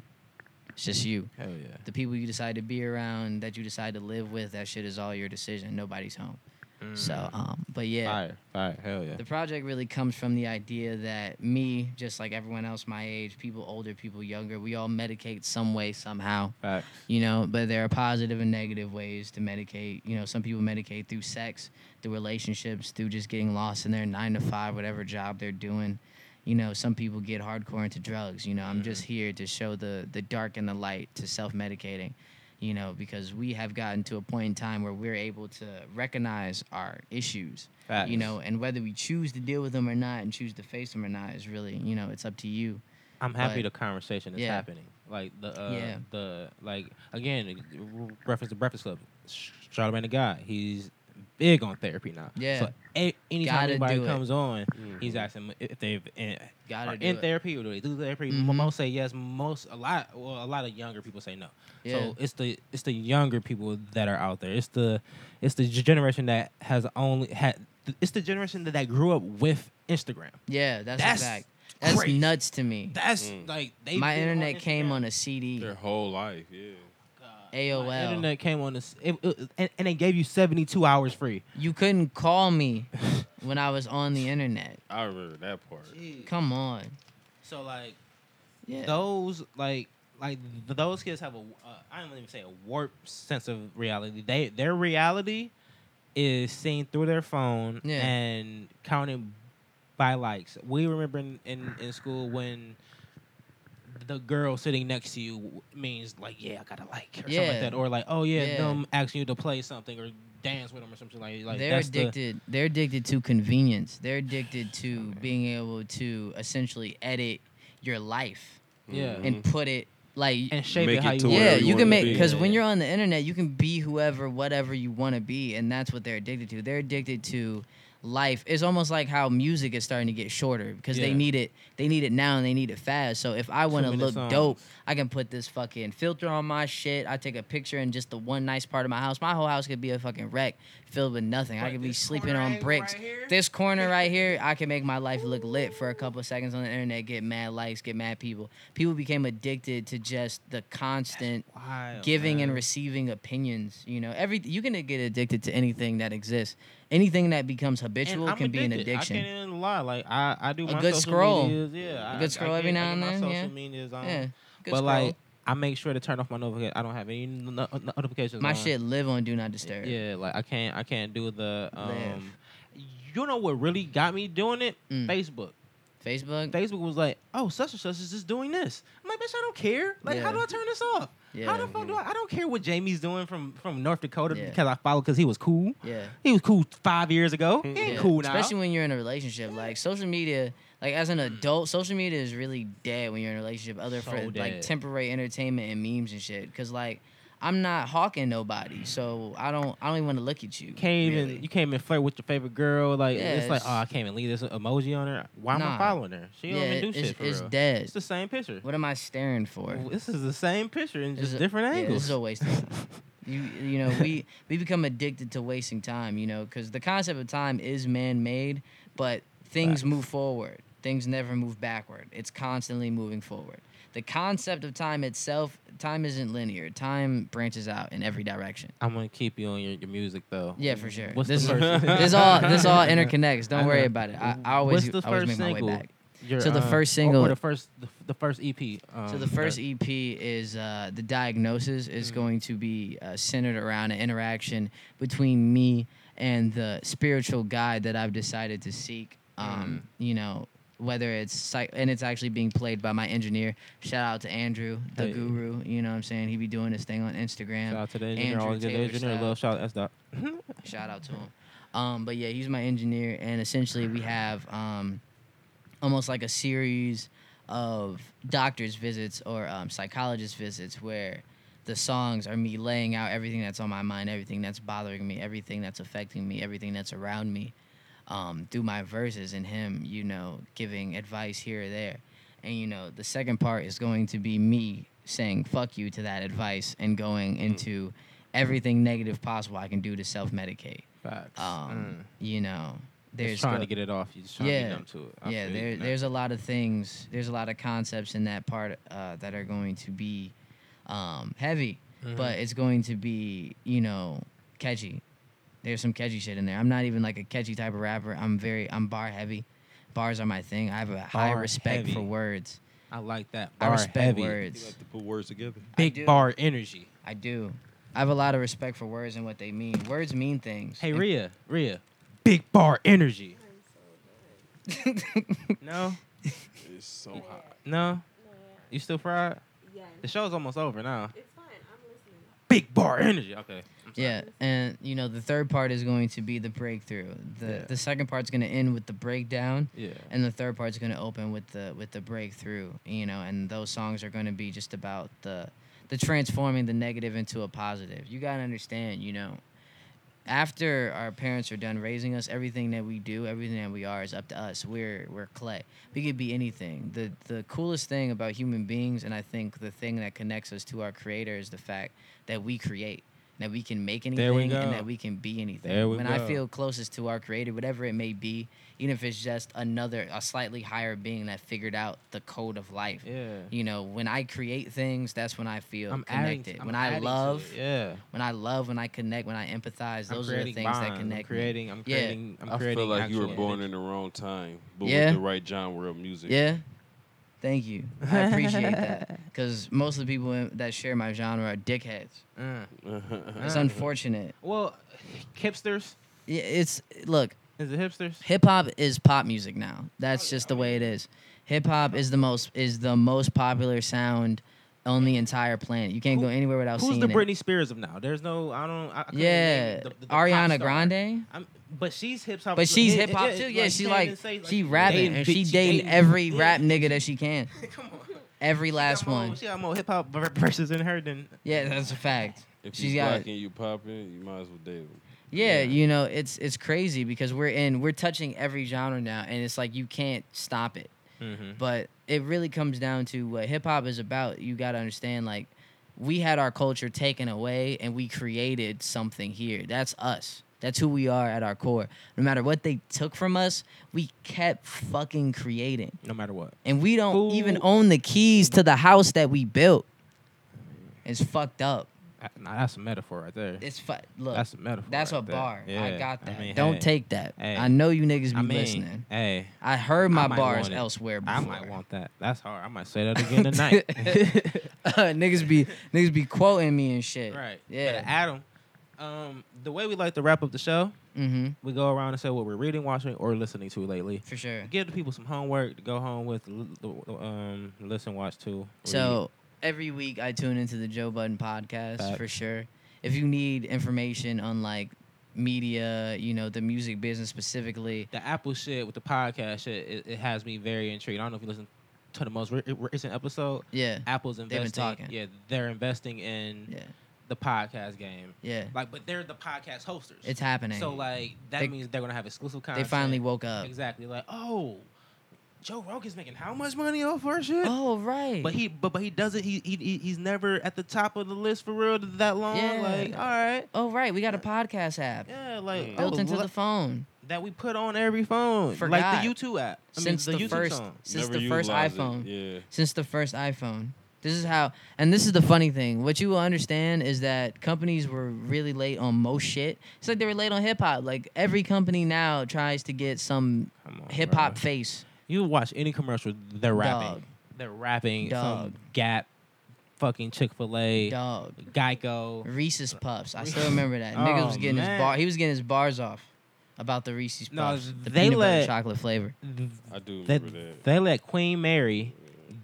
S3: it's just you
S1: Hell yeah.
S3: the people you decide to be around, that you decide to live with, that shit is all your decision. Nobody's home.
S1: Mm.
S3: So, um, but yeah,
S1: Fire. Fire. Hell yeah.
S3: the project really comes from the idea that me, just like everyone else my age, people older, people younger, we all medicate some way somehow.
S1: Facts.
S3: You know, but there are positive and negative ways to medicate. You know, some people medicate through sex, through relationships, through just getting lost in their nine to five, whatever job they're doing. you know, some people get hardcore into drugs. You know, I'm
S1: Mm.
S3: just here to show the the dark and the light to self medicating. You know, because we have gotten to a point in time where we're able to recognize our issues. You
S1: Facts.
S3: know, and whether we choose to deal with them or not, and choose to face them or not, is really you know, it's up to you.
S1: I'm happy
S3: But-
S1: the conversation is
S3: yeah.
S1: happening. Like the uh,
S3: Yeah.
S1: the like again reference to Breakfast Club. Sh- Charlamagne the guy, he's big on therapy now.
S3: Yeah.
S1: So a- anytime
S3: Gotta
S1: anybody
S3: do it.
S1: comes on, he's asking if they've in,
S3: Gotta
S1: are
S3: do
S1: in
S3: it.
S1: therapy or do they do therapy.
S3: Mhm.
S1: Most say yes. Most a lot well a lot of younger people say no.
S3: Yeah.
S1: So it's the it's the younger people that are out there. It's the it's the generation that has only had. It's the generation that, that grew up with Instagram.
S3: Yeah, that's,
S1: That's
S3: a fact. That's
S1: crazy.
S3: nuts to me.
S1: That's
S2: Mm.
S1: like they
S3: My
S1: been on
S3: internet came
S1: Instagram.
S3: on a CD.
S2: Their whole life, yeah.
S3: AOL.
S1: My internet came on this, it, it- and, and they gave you seventy two hours free.
S3: You couldn't call me when I was on the internet.
S2: I remember that part.
S3: Come on.
S1: So like
S3: Yeah.
S1: those like like th- those kids have a uh, I don't even say a warped sense of reality. They their reality is seen through their phone
S3: Yeah.
S1: and counted by likes. We remember in, in in school when. The girl sitting next to you w- means like, yeah, I gotta like or something
S3: Yeah.
S1: like that, or like, oh yeah,
S3: Yeah.
S1: them asking you to play something or dance with them or something like, like
S3: they're
S1: that's the-
S3: addicted. they're addicted to convenience. They're addicted to being able to essentially edit your life
S1: Yeah.
S3: and put it like
S1: Mm. and shape
S2: Make
S1: it how
S2: it
S1: you
S2: to
S1: want.
S3: yeah,
S2: wherever
S1: it.
S2: you
S3: you
S2: wanna
S3: can make
S2: be.
S3: because when you're on the internet, you can be whoever, whatever you want to be, and that's what they're addicted to. They're addicted to life. It's almost like how music is starting to get shorter because they
S1: Yeah.
S3: need it. They need it now and they need it fast. So if I want to
S1: Two-minute
S3: look
S1: songs.
S3: dope, I can put this fucking filter on my shit. I take a picture in just the one nice part of my house. My whole house could be a fucking wreck filled with nothing. I
S1: Right,
S3: could be
S1: this
S3: sleeping
S1: corner
S3: on
S1: angle
S3: bricks.
S1: right here.
S3: this corner right here, I can make my life look lit for a couple seconds on the internet, get mad likes, get mad people. People became addicted to just the constant
S1: Wild,
S3: giving and
S1: man.
S3: receiving opinions. You know, every you can get addicted to anything that exists. Anything that becomes
S1: And
S3: habitual
S1: I'm
S3: can be an
S1: addicted. I
S3: addiction.
S1: can't even lie. Like I, I do
S3: A
S1: my
S3: good
S1: social
S3: scroll.
S1: medias, yeah,
S3: A
S1: I-
S3: good
S1: I
S3: scroll
S1: get-
S3: every
S1: I
S3: now
S1: get
S3: and
S1: my
S3: then,
S1: social
S3: yeah.
S1: medias on.
S3: Yeah, good
S1: um, but
S3: scroll.
S1: like I make sure to turn off my notifications. I don't have any no- no- notifications.
S3: my
S1: on.
S3: shit live on do not disturb.
S1: uh, Yeah, like I can't, I can't do the.
S3: Live.
S1: um You know what really got me doing it?
S3: Mm.
S1: Facebook.
S3: Facebook.
S1: Facebook was like, oh, such and such is just doing this. I'm like, bitch, I don't care. Like,
S3: Yeah.
S1: how do I turn this off? How
S3: Yeah.
S1: the fuck do I? I don't care what Jamie's doing from from North Dakota
S3: Yeah.
S1: because I followed because he was cool.
S3: yeah.
S1: He was cool five years ago. He ain't
S3: Yeah,
S1: cool now.
S3: Especially when you're in a relationship. Like social media, like as an adult, social media is really dead when you're in a relationship. Other
S1: So
S3: for like
S1: dead.
S3: temporary entertainment and memes and shit. Cause like I'm not hawking nobody, so I don't I don't even want to look at you.
S1: can't even
S3: really.
S1: you can't even flirt with your favorite girl. Like
S3: Yeah,
S1: it's like,
S3: it's-
S1: oh, I can't even leave this emoji on her. Why am
S3: Nah.
S1: I following her? She
S3: yeah,
S1: don't even
S3: it's,
S1: do shit for
S3: it's
S1: real.
S3: dead.
S1: It's the same picture.
S3: What am I staring for?
S1: This is the same picture in
S3: This
S1: just
S3: is a-
S1: different
S3: yeah,
S1: angles.
S3: this is a waste of time. You, you know, we, we become addicted to wasting time, you know, because the concept of time is man made, but things
S1: Facts.
S3: move forward. Things never move backward. It's constantly moving forward. The concept of time itself, time isn't linear. Time branches out in every direction.
S1: I'm gonna keep you on your, your music though.
S3: Yeah, for sure.
S1: What's
S3: this,
S1: the first?
S3: this all this all interconnects. Don't
S1: I
S3: worry
S1: know.
S3: about it. I, I always,
S1: What's the
S3: I always make
S1: first
S3: my way
S1: single?
S3: back.
S1: Your, uh,
S3: so the first
S1: or-
S3: single-
S1: or the first the, the first EP. Um,
S3: So the first E
S1: or-
S3: EP is uh, the diagnosis is
S1: Mm-hmm.
S3: going to be uh, centered around an interaction between me and the spiritual guide that I've decided to seek. Um,
S1: Mm-hmm.
S3: You know, whether it's psych- and it's actually being played by my engineer. Shout out to Andrew, the
S1: Hey.
S3: guru. You know what I'm saying? He be doing his thing on Instagram.
S1: Shout out to the engineer,
S3: Andrew
S1: all the
S3: Taylor
S1: engineer,
S3: style.
S1: love shout out S dot.
S3: Shout out to him. Um, but yeah, he's my engineer, and essentially we have um, almost like a series of doctors' visits or um, psychologist visits where the songs are me laying out everything that's on my mind, everything that's bothering me, everything that's affecting me, everything that's around me um, through my verses and him, you know, giving advice here or there. And, you know, the second part is going to be me saying fuck you to that advice and going into everything negative possible I can do to self medicate.
S1: Facts.
S3: Um,
S1: Mm.
S3: You know, there's.
S1: Just trying
S3: go-
S1: to get it off. You just trying to
S3: Yeah.
S1: be numb to it. I
S3: yeah,
S1: feel you.
S3: there,
S1: Nah.
S3: there's a lot of things, there's a lot of concepts in that part uh, that are going to be um, heavy, but it's going to be, you know, catchy. There's some catchy shit in there. I'm not even like a catchy type of rapper. I'm very, I'm bar heavy. Bars are my thing. I have a high
S1: Bar
S3: respect for
S1: heavy.
S3: words.
S1: I like that.
S3: I
S1: Bar
S3: respect
S1: heavy.
S2: You
S3: words.
S2: like to put words together.
S1: Big
S3: do.
S1: bar energy.
S3: I do. I have a lot of respect for words and what they mean. Words mean things.
S1: Hey
S3: And-
S1: Ria, Ria, big bar energy. No,
S2: is
S1: Oh,
S2: so hot.
S1: No,
S4: Yeah.
S1: you still fried.
S4: Yes.
S1: The show's almost over now.
S4: It's fine. I'm listening.
S1: Big bar energy. Okay. I'm sorry.
S3: Yeah, and you know the third part is going to be the breakthrough. The
S1: Yeah.
S3: the second part's going to end with the breakdown,
S1: Yeah.
S3: and the third part's going to open with the with the breakthrough. You know, and those songs are going to be just about the the transforming the negative into a positive. You gotta understand, you know, after our parents are done raising us, everything that we do, everything that we are is up to us. We're we're clay. We could be anything. The the coolest thing about human beings and I think the thing that connects us to our creator is the fact that we create. That we can make
S1: There we
S3: anything
S1: go.
S3: and that we can be anything.
S1: There we
S3: when I
S1: go.
S3: feel closest to our creator, whatever it may be, even if it's just another a slightly higher being that figured out the code of life.
S1: Yeah.
S3: You know, when I create things, that's when I feel
S1: I'm adding.
S3: connected.
S1: I'm
S3: when I
S1: adding to
S3: love,
S1: it, Yeah.
S3: when I love, when I connect, when I empathize,
S1: I'm
S3: those are the
S1: creating
S3: things
S1: bonds.
S3: that
S1: I'm
S3: connect. me.
S1: creating. I'm
S3: Yeah.
S1: creating. I'm
S2: I
S1: creating.
S2: feel like you were
S1: actual
S2: born in
S1: energy.
S2: the wrong time, but
S3: Yeah.
S2: with the right genre of music.
S3: Yeah. Thank you. I appreciate that. Because most of the people in- that share my genre are dickheads.
S1: Mm.
S3: It's
S1: Uh.
S3: unfortunate.
S1: Well, hipsters.
S3: Yeah, It's look,
S1: Is it hipsters?
S3: hip hop is pop music now.
S1: Oh,
S3: That's just the way it is. Hip hop is the most is the most popular sound on the entire planet. You can't
S1: Who-
S3: go anywhere without
S1: Who's
S3: seeing
S1: the
S3: it.
S1: Britney Spears of now? There's no. I don't. I, I couldn't
S3: yeah,
S1: name the- the- the pop
S3: Ariana
S1: star.
S3: Grande.
S1: I'm, but she's hip hop.
S3: But she's hip hop too. Yeah, she
S1: can't even
S3: like
S1: say,
S3: she rapping
S1: dating
S3: and
S1: bitch,
S3: she dating
S1: dating-
S3: every
S1: yeah.
S3: rap nigga that she can.
S1: Come on.
S3: Every
S1: She
S3: last
S1: got more-
S3: one.
S1: She got more hip hop verses in her than.
S3: Yeah, that's a fact.
S2: If
S3: She's
S2: she's you
S3: got
S2: black
S3: it.
S2: and you popping, you might as well date them.
S3: Yeah,
S1: Yeah.
S3: you know, it's it's crazy because we're in we're touching every genre now and it's like you can't stop it.
S1: Mm-hmm.
S3: But it really comes down to what hip hop is about. You got to understand like we had our culture taken away and we created something here. That's us. That's who we are at our core. No matter what they took from us, we kept fucking creating.
S1: No matter what.
S3: and we don't
S1: Who-
S3: even own the keys to the house that we built. It's fucked up.
S1: Uh, Nah, that's a metaphor right there.
S3: It's fu- look.
S1: That's
S3: That's,
S1: a metaphor.
S3: a
S1: right there.
S3: bar. I
S1: Yeah.
S3: got that.
S1: mean,
S3: don't
S1: hey,
S3: take that.
S1: hey.
S3: I know you niggas be
S1: I mean,
S3: listening.
S1: Hey,
S3: I heard my
S1: I might
S3: bars
S1: want it.
S3: elsewhere before.
S1: I might want that. That's hard. I might say that again tonight.
S3: Uh, niggas be niggas be quoting me and shit.
S1: right. But
S3: Yeah.
S1: Adam, um, the way we like to wrap up the show,
S3: Mm-hmm.
S1: we go around and say what we're reading, watching, or listening to lately.
S3: For sure.
S1: Give the people some homework to go home with, l- l- um, listen, watch too.
S3: So every week I tune into the Joe Budden podcast
S1: Facts.
S3: for sure. If you need information on like media, you know, the music business specifically,
S1: the Apple shit with the podcast shit, it, it has me very intrigued. I don't know if you listen to the most re- recent episode.
S3: yeah.
S1: Apple's investing.
S3: been talking.
S1: Yeah, they're investing in
S3: Yeah.
S1: the podcast game.
S3: Yeah.
S1: Like, but they're the podcast hosters.
S3: It's happening.
S1: so like that
S3: They-
S1: means they're gonna have exclusive
S3: they
S1: content.
S3: finally woke up.
S1: exactly like oh, Joe Rogan's making how much money off our shit?
S3: Oh right.
S1: But he, but but he doesn't. He, he he- he's never at the top of the list for real that long.
S3: Yeah.
S1: Like all right,
S3: oh right, we got a podcast app
S1: yeah, like
S2: Mm.
S1: oh,
S3: built into
S1: le-
S3: the phone
S1: that we put on every phone,
S3: Forgot.
S1: like the YouTube app. I mean,
S3: since
S1: the,
S3: the,
S1: YouTube
S3: first
S1: song.
S3: since
S2: Never
S3: the first
S2: utilize it.
S3: iPhone.
S2: Yeah.
S3: Since the first iPhone. This is how, and this is the funny thing. What you will understand is that companies were really late on most shit. It's like they were late on hip hop. Like every company now tries to get some
S1: Come on,
S3: hip hop
S1: Oh, bro.
S3: face.
S1: You watch any commercial, they're rapping.
S3: Dog.
S1: They're rapping
S3: Dog.
S1: some Gap, fucking Chick Fil A,
S3: Dog.
S1: Geico.
S3: Reese's Puffs. I still
S1: Reese's-
S3: remember that.
S1: Oh,
S3: Nigga was getting
S1: man.
S3: his bar. He was getting his bars off about the Reese's
S1: No,
S3: Puffs. the
S1: they
S3: peanut butter
S1: let-
S3: chocolate flavor.
S2: I do
S1: They,
S2: remember that.
S1: they let Queen Mary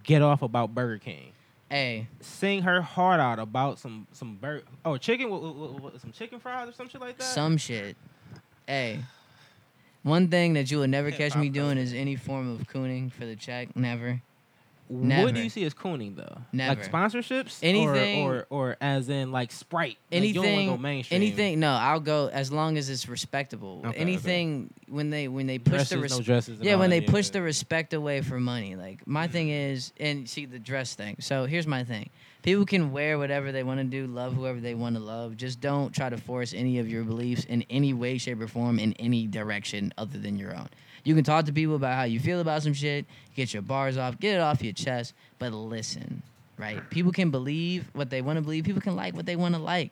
S1: get off about Burger King.
S3: Hey,
S1: Sing her heart out about some some burger. Oh, chicken with, with- with- with some chicken fries or some shit like that.
S3: some shit. Hey, one thing that you will never
S1: Hip
S3: catch me
S1: hop
S3: doing is any form of cooning for the check. Never.
S1: What
S3: never.
S1: do you see as cooning though?
S3: Never.
S1: Like sponsorships?
S3: Anything-
S1: Or, or or as in like Sprite. Like, you don't wanna
S3: Anything.
S1: go mainstream.
S3: anything. No, I'll go as long as it's respectable.
S1: Okay, okay.
S3: anything when they when they push the
S1: Dresses,
S3: res-
S1: no dresses and
S3: Yeah,
S1: all
S3: when
S1: that,
S3: they push the respect away for money. Like my thing is, and see the dress thing. So here's my thing: people can wear whatever they want to do, love whoever they want to love. Just don't try to force any of your beliefs in any way, shape, or form in any direction other than your own. You can talk to people about how you feel about some shit, get your bars off, get it off your chest, but listen, right? People can believe what they want to believe. People can like what they want to like.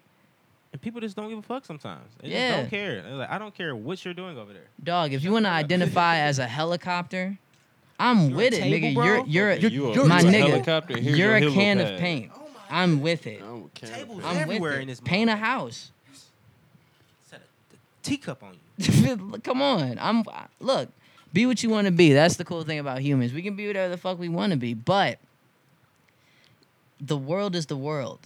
S1: And people just don't give a fuck sometimes. They
S3: Yeah.
S1: just don't care. They're like, I don't care what you're doing over there.
S3: Dog, if you want to identify as a helicopter, I'm
S1: You're a
S3: with it,
S1: table,
S3: nigga.
S1: bro?
S3: You're you're,
S2: Okay,
S3: you're,
S2: you a-
S3: my
S2: you a
S3: nigga.
S2: helicopter, here's
S3: you're
S2: your
S3: a can
S2: helipad.
S3: of paint.
S1: Oh
S3: I'm with it.
S2: I'm a can of
S1: Tables.
S2: paint.
S3: I'm
S1: everywhere
S3: with it.
S1: in this
S3: Paint a
S1: motherfucker.
S3: house.
S1: Set a t- teacup on you.
S3: Come on, I'm look. Be what you want to be. That's the cool thing about humans. We can be whatever the fuck we want to be, but the world is the world.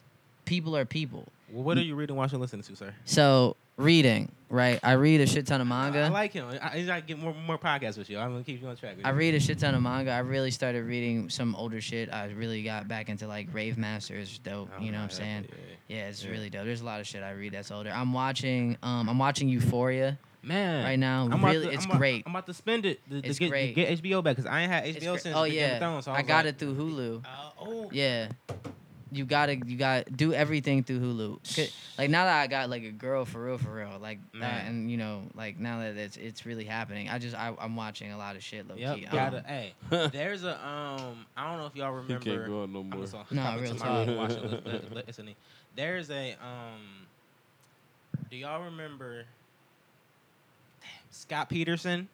S3: People are people.
S1: Well, what are you reading, watching, listening to, sir?
S3: So reading, right? I read a shit ton of manga.
S1: I like him. I, I gotta get more more podcasts with you. I'm gonna keep you on track. with
S3: I
S1: you.
S3: read a shit ton of manga. I really started reading some older shit. I really got back into like Rave Master. It's dope.
S1: I don't
S3: You know what I'm
S1: that,
S3: saying?
S1: but Oh, yeah, yeah.
S3: Yeah, it's
S1: Yeah.
S3: really dope. There's a lot of shit I read that's older. I'm watching. Um, I'm watching Euphoria
S1: Man,
S3: right now.
S1: I'm about
S3: really,
S1: to-
S3: it's
S1: I'm about-
S3: great.
S1: I'm about to spend it to, to
S3: It's
S1: get, to
S3: great.
S1: get HBO back because I ain't had
S3: It's
S1: HBO
S3: great.
S1: since
S3: oh
S1: Big Game
S3: yeah,
S1: of Thrones. So I,
S3: I
S1: was
S3: got
S1: like,
S3: it through Hulu.
S1: Uh, oh,
S3: Yeah, you gotta you got do everything through Hulu. 'Cause, Like now that I got like a girl for real, for real, like that,
S1: Man.
S3: and you know, like now that it's it's really happening. I just I, I'm watching a lot of shit low
S1: yep.
S3: key.
S1: Gotta,
S3: Um,
S1: hey, there's a um. I don't know if y'all
S2: He
S1: remember.
S2: can't go out no more.
S1: I'm just gonna
S3: No,
S1: hop
S3: real
S1: into my
S3: talk.
S1: own watch and listen- li- li- listening. There's a um. Do y'all remember damn, Scott Peterson,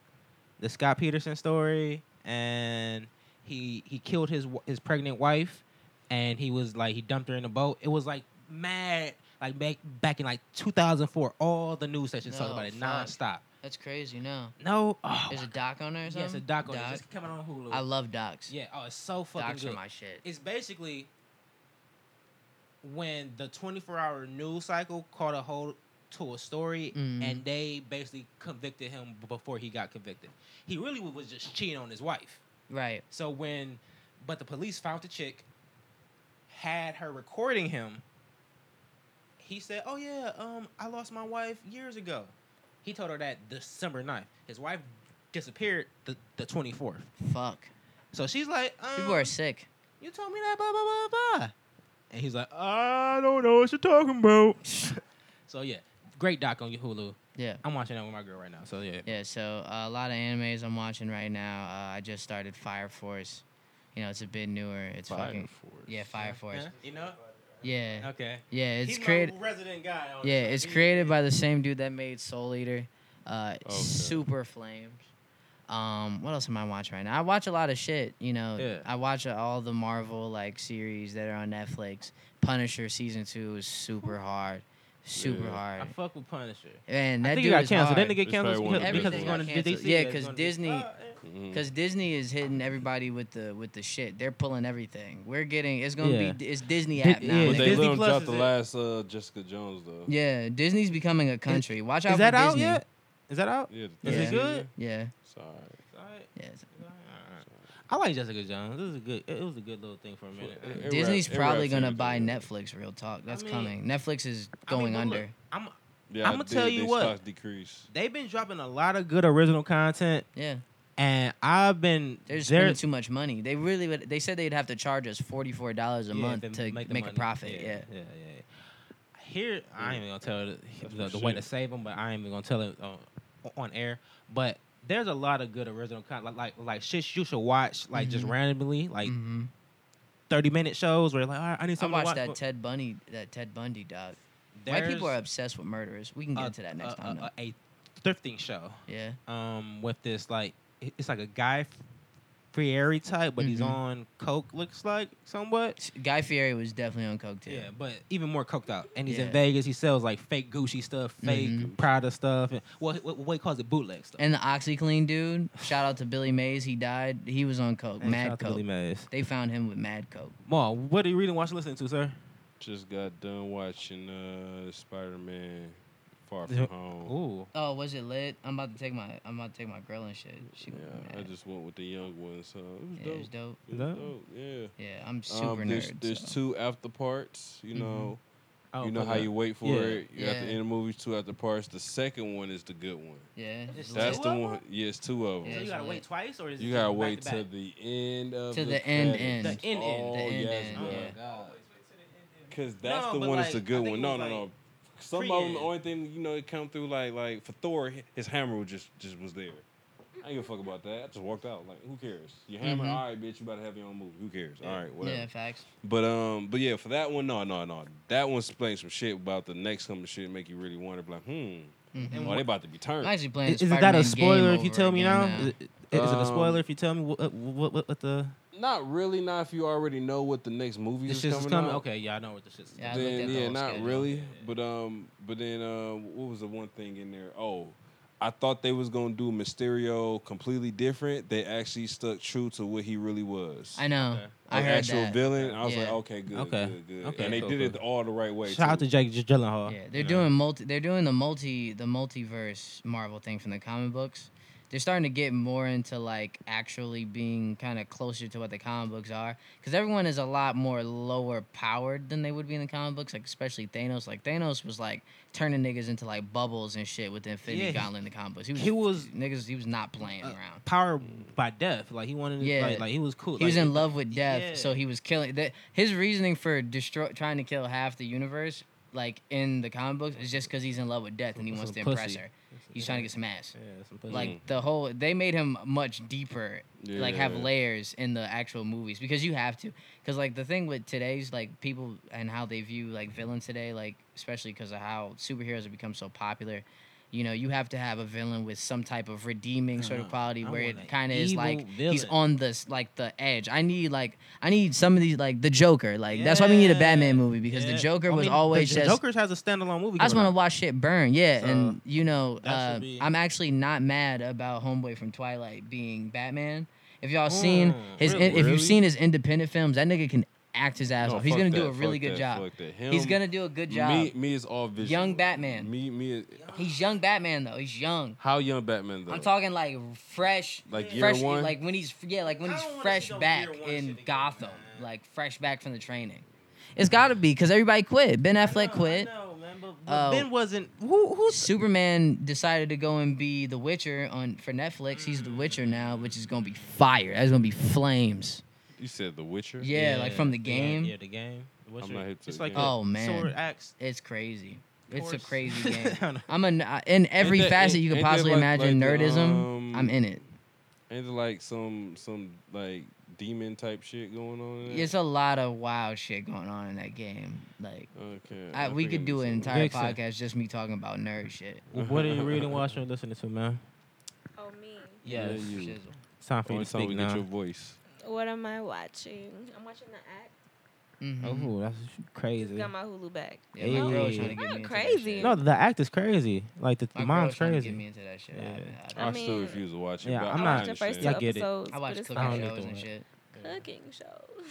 S1: the Scott Peterson story, and he he killed his w- his pregnant wife, and he was like he dumped her in the boat. It was like mad, like back back in like 2004. All the news stations talked
S3: No,
S1: about it
S3: fuck.
S1: nonstop.
S3: That's crazy. No,
S1: No, oh,
S3: there's a doc on there. Or something?
S1: yes, a doc on it. It's coming on Hulu.
S3: I love docs.
S1: yeah, oh, it's so fucking
S3: docs
S1: good
S3: are my shit.
S1: it's basically when the 24 hour news cycle caught a hold to a story
S3: Mhm.
S1: and they basically convicted him b- before he got convicted. He really wa- was just cheating on his wife.
S3: Right.
S1: So when, but the police found the chick, had her recording him. He said, "Oh yeah, um, I lost my wife years ago." He told her that December 9th. His wife disappeared the, the 24th.
S3: Fuck.
S1: So she's like, um,
S3: People are sick.
S1: you told me that, blah, blah, blah, blah. And he's like, I don't know what you're talking about. so, yeah, great doc on Hulu.
S3: Yeah.
S1: I'm watching that with my girl right now. So, yeah.
S3: Yeah. So uh, a lot of animes I'm watching right now. Uh, I just started Fire Force. You know, it's a bit newer. It's fucking yeah, Fire Force.
S1: Huh? You know?
S3: Yeah.
S1: Okay.
S3: Yeah. It's
S1: he's my
S3: created.
S1: resident guy. on
S3: Yeah,
S1: the
S3: it's
S1: show.
S3: created by the same dude that made Soul Eater. Uh,
S2: Okay.
S3: Super Flames. Um, what else am I watching right now? I watch a lot of shit. You know,
S1: Yeah.
S3: I watch uh, all the Marvel like series that are on Netflix. Punisher season two is super hard, super
S1: I
S2: Yeah.
S3: hard.
S1: fuck with Punisher.
S3: And
S1: I
S3: that
S1: think
S3: dude
S1: he got
S3: is
S1: canceled.
S3: hard.
S1: That nigga
S2: It's
S1: canceled
S2: probably one
S1: because,
S2: of the
S1: because
S2: best
S1: it's going to
S3: ones.
S1: DC.
S3: Yeah,
S1: it's
S3: 'cause
S1: going to
S3: Disney-
S1: Oh, eh.
S2: Mhm.
S3: Because Disney is hitting everybody with the with the shit. They're pulling everything. We're getting it's gonna
S1: Yeah.
S3: be it's Disney
S1: Di-
S3: app now.
S1: yeah,
S2: But
S3: Yeah.
S2: they
S1: Disney
S2: let him
S1: Plus
S2: drop
S1: is
S2: the
S1: it.
S2: last uh, Jessica Jones though.
S3: Disney's becoming a country. Watch out
S1: Is
S3: for
S1: that out
S3: Disney.
S1: yet? Is that out?
S2: Yeah.
S1: Is
S3: it
S1: good?
S3: Yeah,
S2: Sorry.
S1: It's all right.
S3: yeah. it's-
S1: It's all right. I like Jessica Jones. This is a good. It was a good little thing for a minute.
S2: It- it
S3: Disney's
S2: wraps- it
S3: probably
S2: wraps
S3: gonna
S2: everything
S3: buy
S2: up.
S3: Netflix. Real talk, that's
S1: mean-
S3: coming. Netflix is
S1: I mean,
S3: going
S1: but look,
S3: under.
S1: I'm
S2: Yeah,
S1: I'ma
S2: they-
S1: tell you
S2: they
S1: what.
S2: stocks decrease.
S1: They've been dropping a lot of good original content,
S3: Yeah,
S1: and I've been
S3: they're just
S1: there-
S3: spending too much money. They really would. They said they'd have to charge us forty four dollars a
S1: Yeah,
S3: month
S1: they
S3: to make,
S1: the
S3: a
S1: money.
S3: profit. Yeah.
S1: yeah, yeah. yeah. Here, I ain't even gonna tell
S2: That's
S1: the, the,
S2: for
S1: way
S2: sure.
S1: to save them, but I ain't even gonna tell it on, on air. But there's a lot of good original content, like like, like shit you should watch, like just
S3: Mhm.
S1: randomly, like
S3: Mhm.
S1: thirty minute shows where like all right, I need
S3: I
S1: something
S3: watched
S1: to
S3: that
S1: watch.
S3: Ted Bundy that Ted Bundy dog.
S1: But
S3: White people are
S1: there's Uh,
S3: obsessed with murderers. We can get into that next
S1: a,
S3: time. though.
S1: A, a, a thrifting show.
S3: yeah.
S1: um with this like it- it's like a guy Frieri type, but he's
S3: Mhm.
S1: on coke. Looks like somewhat.
S3: Guy Fieri was definitely on coke too.
S1: Yeah, but even more coked out, and he's in
S3: Yeah.
S1: Vegas. He sells like fake Gucci stuff, fake
S3: Mhm.
S1: Prada stuff, and well, what, what he calls it bootleg stuff.
S3: And the OxyClean dude, shout out to Billy Mays. He died. He was on coke,
S1: Hey, shout
S3: mad
S1: out to Billy
S3: coke.
S1: Mays.
S3: They found him with mad coke.
S1: Ma, what are you reading, watching, listening to, sir?
S2: Just got done watching uh, Spider Man Far
S1: Yeah.
S2: From Home.
S1: Ooh,
S3: Oh, was it lit? I'm about to take my I'm about to take my girl and shit. She
S2: Yeah,
S3: gonna be
S2: I
S3: mad.
S2: just went with the young one, so it was
S3: yeah,
S2: dope.
S3: it's dope.
S2: It was
S1: Dope.
S2: dope, Yeah.
S3: Yeah, I'm super
S2: um, there's
S3: nerd.
S2: there's
S3: so.
S2: two after parts. You
S3: Mhm.
S2: know,
S1: oh,
S2: you know
S1: fuck
S2: how
S1: up.
S2: you wait for
S1: Mm-hmm. Yeah.
S2: it. You have to
S3: Yeah.
S2: end the movies two after parts. The second one is the good one.
S3: Yeah,
S1: It's
S3: it's
S2: That's
S1: two
S3: lit.
S2: the
S1: of
S2: one.
S1: them?
S2: Yeah, it's two of them.
S1: So you
S3: it's
S1: gotta
S3: lit.
S1: wait twice, or is it
S2: You
S1: just
S2: gotta
S1: back to
S2: wait
S1: back?
S2: till the end of
S3: To
S2: the,
S3: the end,
S2: credits.
S1: end. The end, end.
S2: Oh
S3: The end,
S2: yes,
S3: end,
S1: Oh
S2: yeah.
S1: my
S3: yeah.
S1: god.
S2: Cause that's
S1: No,
S2: the
S1: but
S2: one. that's the
S1: like, I
S2: good
S1: think
S2: one.
S1: it
S2: No,
S1: was
S2: no,
S1: like
S2: no. Some of them,
S1: pre-end.
S2: the only thing you know, it come through like like for Thor, hi- his hammer was just just was there. I ain't give a fuck about that. I just walked out. Like, who cares? Your hammer,
S3: Mhm.
S1: Mm-hmm.
S2: all right, bitch. You better have your own movie. Who cares? All right, whatever.
S3: Yeah, facts.
S2: But um, but yeah, for that one, no, no, no. That one's playing some shit about the next coming shit, make you really wonder, like, hmm,
S3: Mhm.
S1: And
S2: oh, they about to be
S3: I'm
S2: turned.
S3: actually playing.
S1: Is, is it that a
S3: Spider-Man
S1: spoiler
S3: Game
S1: if you
S3: Over
S1: tell me
S3: again
S1: now? Is, it- is it a
S2: Um,
S1: spoiler if you tell me what what what, what the
S2: Not really, not if you already know what the next movie
S1: This
S2: is
S1: shit's
S2: coming.
S1: is coming.
S2: out.
S1: Okay, yeah, I know what this shit's.
S3: Yeah, I looked
S2: Then
S3: at the
S2: yeah,
S3: whole
S2: not
S3: schedule.
S2: really.
S1: Yeah.
S2: But um, but then um, what was the one thing in there? Oh, I thought they was gonna do Mysterio completely different. They actually stuck true to what he really was.
S3: I know.
S1: Okay.
S3: I
S2: An
S3: heard
S2: actual
S3: that.
S2: villain. I was
S3: Yeah.
S2: like, okay, good,
S1: Okay.
S2: good, good.
S1: Okay,
S2: and they
S1: cool,
S2: did it
S1: cool.
S2: all the right way.
S1: Shout out
S2: too.
S1: to Jake J- Gyllenhaal.
S3: Yeah, they're
S2: you know.
S3: doing multi. They're doing the multi, the multiverse Marvel thing from the comic books. They're starting to get more into like actually being kind of closer to what the comic books are, because everyone is a lot more lower powered than they would be in the comic books. Like especially Thanos. Like Thanos was like turning niggas into like bubbles and shit with the Infinity
S1: Yeah, he-
S3: Gauntlet in the comic books. He was,
S1: he was-
S3: niggas. He was not playing
S1: Uh,
S3: around.
S1: Power by death. Like he wanted.
S3: Yeah.
S1: Yeah. Like, like, he was cool.
S3: He was
S1: Like,
S3: in love with death,
S1: yeah.
S3: so he was killing. That his reasoning for destroy trying to kill half the universe, like in the comic books, is just because he's in love with death and he
S1: Some
S3: wants to
S1: pussy.
S3: impress her. He's trying to get some ass.
S1: Yeah, some pussy.
S3: Like the whole, they made him much deeper, like have
S2: Yeah.
S3: layers in the actual movies because you have to. Because like the thing with today's like people and how they view like villains today, like especially because of how superheroes have become so popular. You know, you have to have a villain with some type of redeeming sort of
S1: Uh-huh.
S3: quality
S1: I
S3: where
S1: want
S3: it
S1: a
S3: kind of is
S1: evil
S3: like he's
S1: villain.
S3: on this like the edge. I need like I need some of these like the Joker. Like that's why we need a Batman movie because the
S1: Yeah.
S3: Joker
S1: I
S3: was
S1: mean, the
S3: always
S1: J-
S3: just
S1: Joker's has a standalone movie.
S3: I just
S1: coming
S3: want to
S1: out.
S3: watch shit burn, yeah.
S1: So,
S3: and you know,
S1: that should
S3: uh,
S1: be-
S3: I'm actually not mad about Homeboy from Twilight being Batman. If y'all seen
S1: Mm,
S3: his,
S1: really?
S3: if
S2: Really?
S3: you've seen his independent films, that nigga can act his ass
S2: No,
S3: off. He's
S2: Oh, fuck
S3: gonna
S2: that,
S3: do a really
S2: fuck
S3: good
S2: that,
S3: job.
S2: fuck that.
S3: He's
S2: Him-
S3: gonna do a good job.
S2: Me, me is all visual.
S3: Young Batman.
S2: Me, me.
S3: He's young Batman though. He's young.
S2: How young Batman though?
S3: I'm talking like fresh,
S2: Like year
S3: fresh,
S2: one?
S3: like when he's yeah, like when
S1: I
S3: he's
S1: don't wanna
S3: fresh
S1: see no
S3: back
S1: year one shit
S3: in
S1: again,
S3: Gotham,
S1: man.
S3: like fresh back from the training. It's gotta be because everybody quit. Ben
S1: I
S3: Affleck
S1: know,
S3: quit.
S1: I know, man, but, but
S3: Uh,
S1: Ben wasn't. Who? Who's?
S3: Superman decided to go and be The Witcher on for Netflix. He's The Witcher now, which is gonna be fire. That's gonna be flames.
S2: you said The Witcher.
S3: Yeah, like from the
S1: yeah,
S3: game.
S1: Yeah, the game. What's
S2: I'm
S1: your-
S2: not hip to
S1: It's
S2: the
S1: like
S2: game.
S1: a
S3: Oh, man.
S1: sword axe.
S3: It's crazy. It's a
S1: horse.
S3: crazy game.
S1: I don't know.
S3: I'm an, I- in every
S2: that-
S3: facet
S2: ain't-
S3: you could
S2: ain't that
S3: possibly
S2: like-
S3: imagine.
S2: like the,
S3: nerdism,
S2: um,
S3: I'm in it.
S2: Ain't there like some some like demon type shit going on? In there?
S3: It's a lot of wild shit going on in that game. Like
S2: Okay.
S3: I, we could do an entire
S1: Vixen.
S3: podcast just me talking about nerd shit.
S1: What are you reading, watching, or listening to, man?
S4: Oh me.
S2: Yeah,
S1: Yes.
S2: you-
S3: Shizzle.
S1: It's time for you
S2: Only
S1: to
S2: time
S1: speak
S2: we
S1: now.
S2: get your voice.
S4: What am I watching? I'm watching the act.
S3: Mhm.
S1: Oh, that's
S4: Just
S1: crazy.
S4: got my Hulu back.
S3: Yeah, my girl was
S1: Hey.
S3: trying to get
S4: Not
S3: me into
S4: crazy.
S3: That shit.
S1: No, the act is crazy. Like the, the
S3: my girl
S1: mom's
S3: was trying to
S1: crazy.
S3: get me into that shit. I
S1: Yeah.
S3: haven't- I
S2: I,
S4: I
S3: haven't.
S2: still
S4: mean,
S2: refuse to watch it.
S1: yeah,
S2: but
S1: I'm
S4: I
S1: not-
S4: watched the first two
S1: Yeah, I get it.
S4: episodes.
S3: I watch
S4: but it's
S3: cooking
S1: don't
S4: crazy.
S1: do
S3: shows and
S1: that.
S3: shit.
S4: Cooking shows.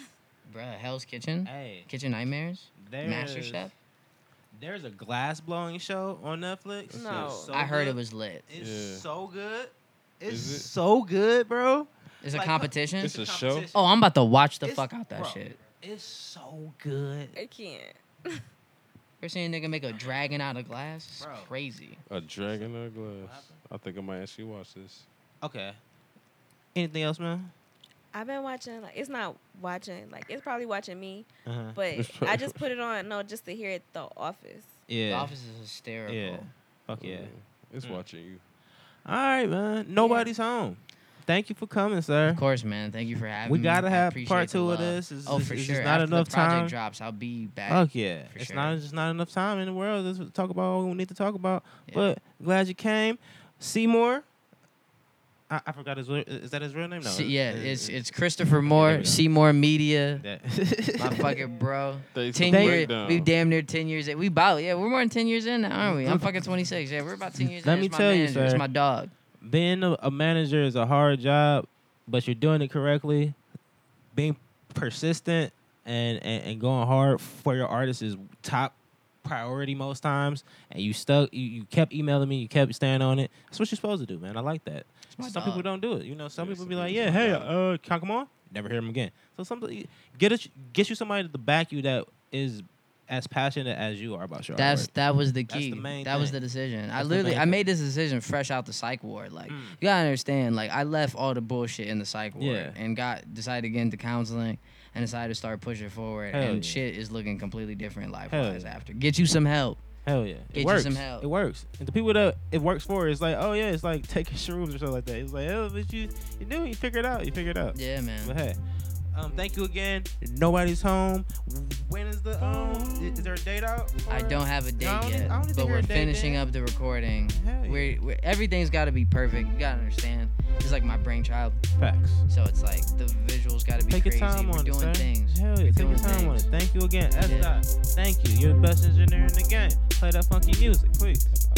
S3: Bruh, Hell's Kitchen,
S1: Hey,
S3: Kitchen Nightmares,
S1: there's
S3: Master Chef.
S1: There's a glass blowing show on Netflix. It's
S4: No.
S1: so
S3: I heard
S1: good.
S3: it was lit.
S1: It's
S2: Yeah.
S1: so good. It's
S2: Is it?
S1: so good, bro.
S3: It's a
S1: Like,
S3: competition.
S2: It's a show?
S1: competition.
S3: oh, I'm about to watch the
S1: It's-
S3: fuck out that
S1: bro,
S3: shit.
S1: It's so good,
S4: I can't.
S3: You're seeing a nigga make a dragon out of glass? It's
S1: Bro.
S3: crazy.
S2: A dragon or a glass.
S1: happened?
S2: I think I might actually watch this.
S1: Okay. Anything else, man?
S4: I've been watching like it's not watching like it's probably watching me,
S1: Uh-huh.
S4: but
S2: It's probably-
S4: I just put it on no just to hear it The Office.
S3: The
S1: yeah.
S3: office is hysterical.
S1: Yeah. Fuck yeah.
S2: It's
S1: Mm.
S2: watching you.
S1: All right, man. Nobody's home. Thank you for coming, sir.
S3: Of course, man. Thank you for having
S1: We
S3: me.
S1: gotta
S3: I
S1: have
S3: appreciate
S1: part
S3: the
S1: two of
S3: love.
S1: this. It's-
S3: oh,
S1: it's-
S3: for
S1: it's
S3: sure.
S1: just not
S3: After
S1: enough
S3: the project
S1: time.
S3: drops, I'll be back.
S1: Fuck yeah.
S3: for
S1: It's
S3: sure.
S1: not just not enough time in the world Let's talk about what we need to talk about.
S3: Yeah.
S1: But glad you came. Seymour. I, I forgot his re- is that his real name? No.
S3: See- yeah,
S1: it-
S3: it's it's Christopher Moore,
S1: go.
S3: Seymour Media,
S1: that.
S3: my fucking bro.
S2: Thanks for
S3: Ten
S1: Thank-
S3: years,
S2: breakdown.
S3: we damn near ten years. in- We about yeah, we're more than ten years in now, aren't we? I'm fucking 26. Yeah, we're about ten years.
S1: Let
S3: in.
S1: me
S3: It's my
S1: tell you,
S3: manager. It's
S1: sir.
S3: my dog.
S1: Being a, a manager is a hard job, but you're doing it correctly. Being persistent and, and, and going hard for your artists is top priority most times. And you stuck, you, you kept emailing me, you kept staying on it. That's what you're supposed to do, man. I like that.
S3: my
S1: Some people don't
S3: dog.
S1: do it. You know, some
S2: Yeah,
S1: people
S2: some
S1: be like,
S2: people
S1: yeah,
S2: don't
S1: hey,
S2: do it.
S1: uh, can I come on? Never hear them again. So somebody get a, get you somebody to back you that is as passionate as you are about your
S3: That's
S1: artwork.
S3: that was the
S1: That's
S3: key.
S1: the main
S3: that was
S1: thing.
S3: the decision. I
S1: That's the
S3: literally
S1: main
S3: I
S1: thing.
S3: made this decision fresh out the psych ward. Like
S1: Mm.
S3: you gotta understand, like I left all the bullshit in the psych ward
S1: Yeah.
S3: and got decided to get into counseling and decided to start pushing forward.
S1: Hell
S3: and
S1: yeah.
S3: shit is looking completely different life
S1: Hell
S3: wise
S1: yeah.
S3: after. Get you some help.
S1: Hell yeah,
S3: Get
S1: it
S3: you
S1: works.
S3: some help.
S1: It works. And the people that it works for is like, oh yeah, it's like taking shrooms or something like that. It's like, oh, but you you do it, you figure it out, you figure it out.
S3: Yeah,
S1: But
S3: man.
S1: hey, um, thank you again. Nobody's home. When is the um? Is, is there a date out?
S3: I
S1: for-
S3: don't have a date
S1: I don't- I
S3: yet,
S1: don't think
S3: but
S1: you're
S3: we're
S1: a date
S3: finishing
S1: yet.
S3: up the recording.
S1: Hell yeah.
S3: We're, we're everything's got to be perfect. You gotta understand. It's like my brainchild,
S1: Facts.
S3: so it's like the visuals got to be
S1: Take your
S3: crazy.
S1: time
S3: we're
S1: on
S3: doing
S1: it, sir.
S3: things.
S1: Hell yeah,
S3: We're
S1: take
S3: doing
S1: your time on it.
S3: things.
S1: Thank you again, S.
S3: Yeah.
S1: Dot. Thank you. You're the best engineer in the game. Play that funky music, please.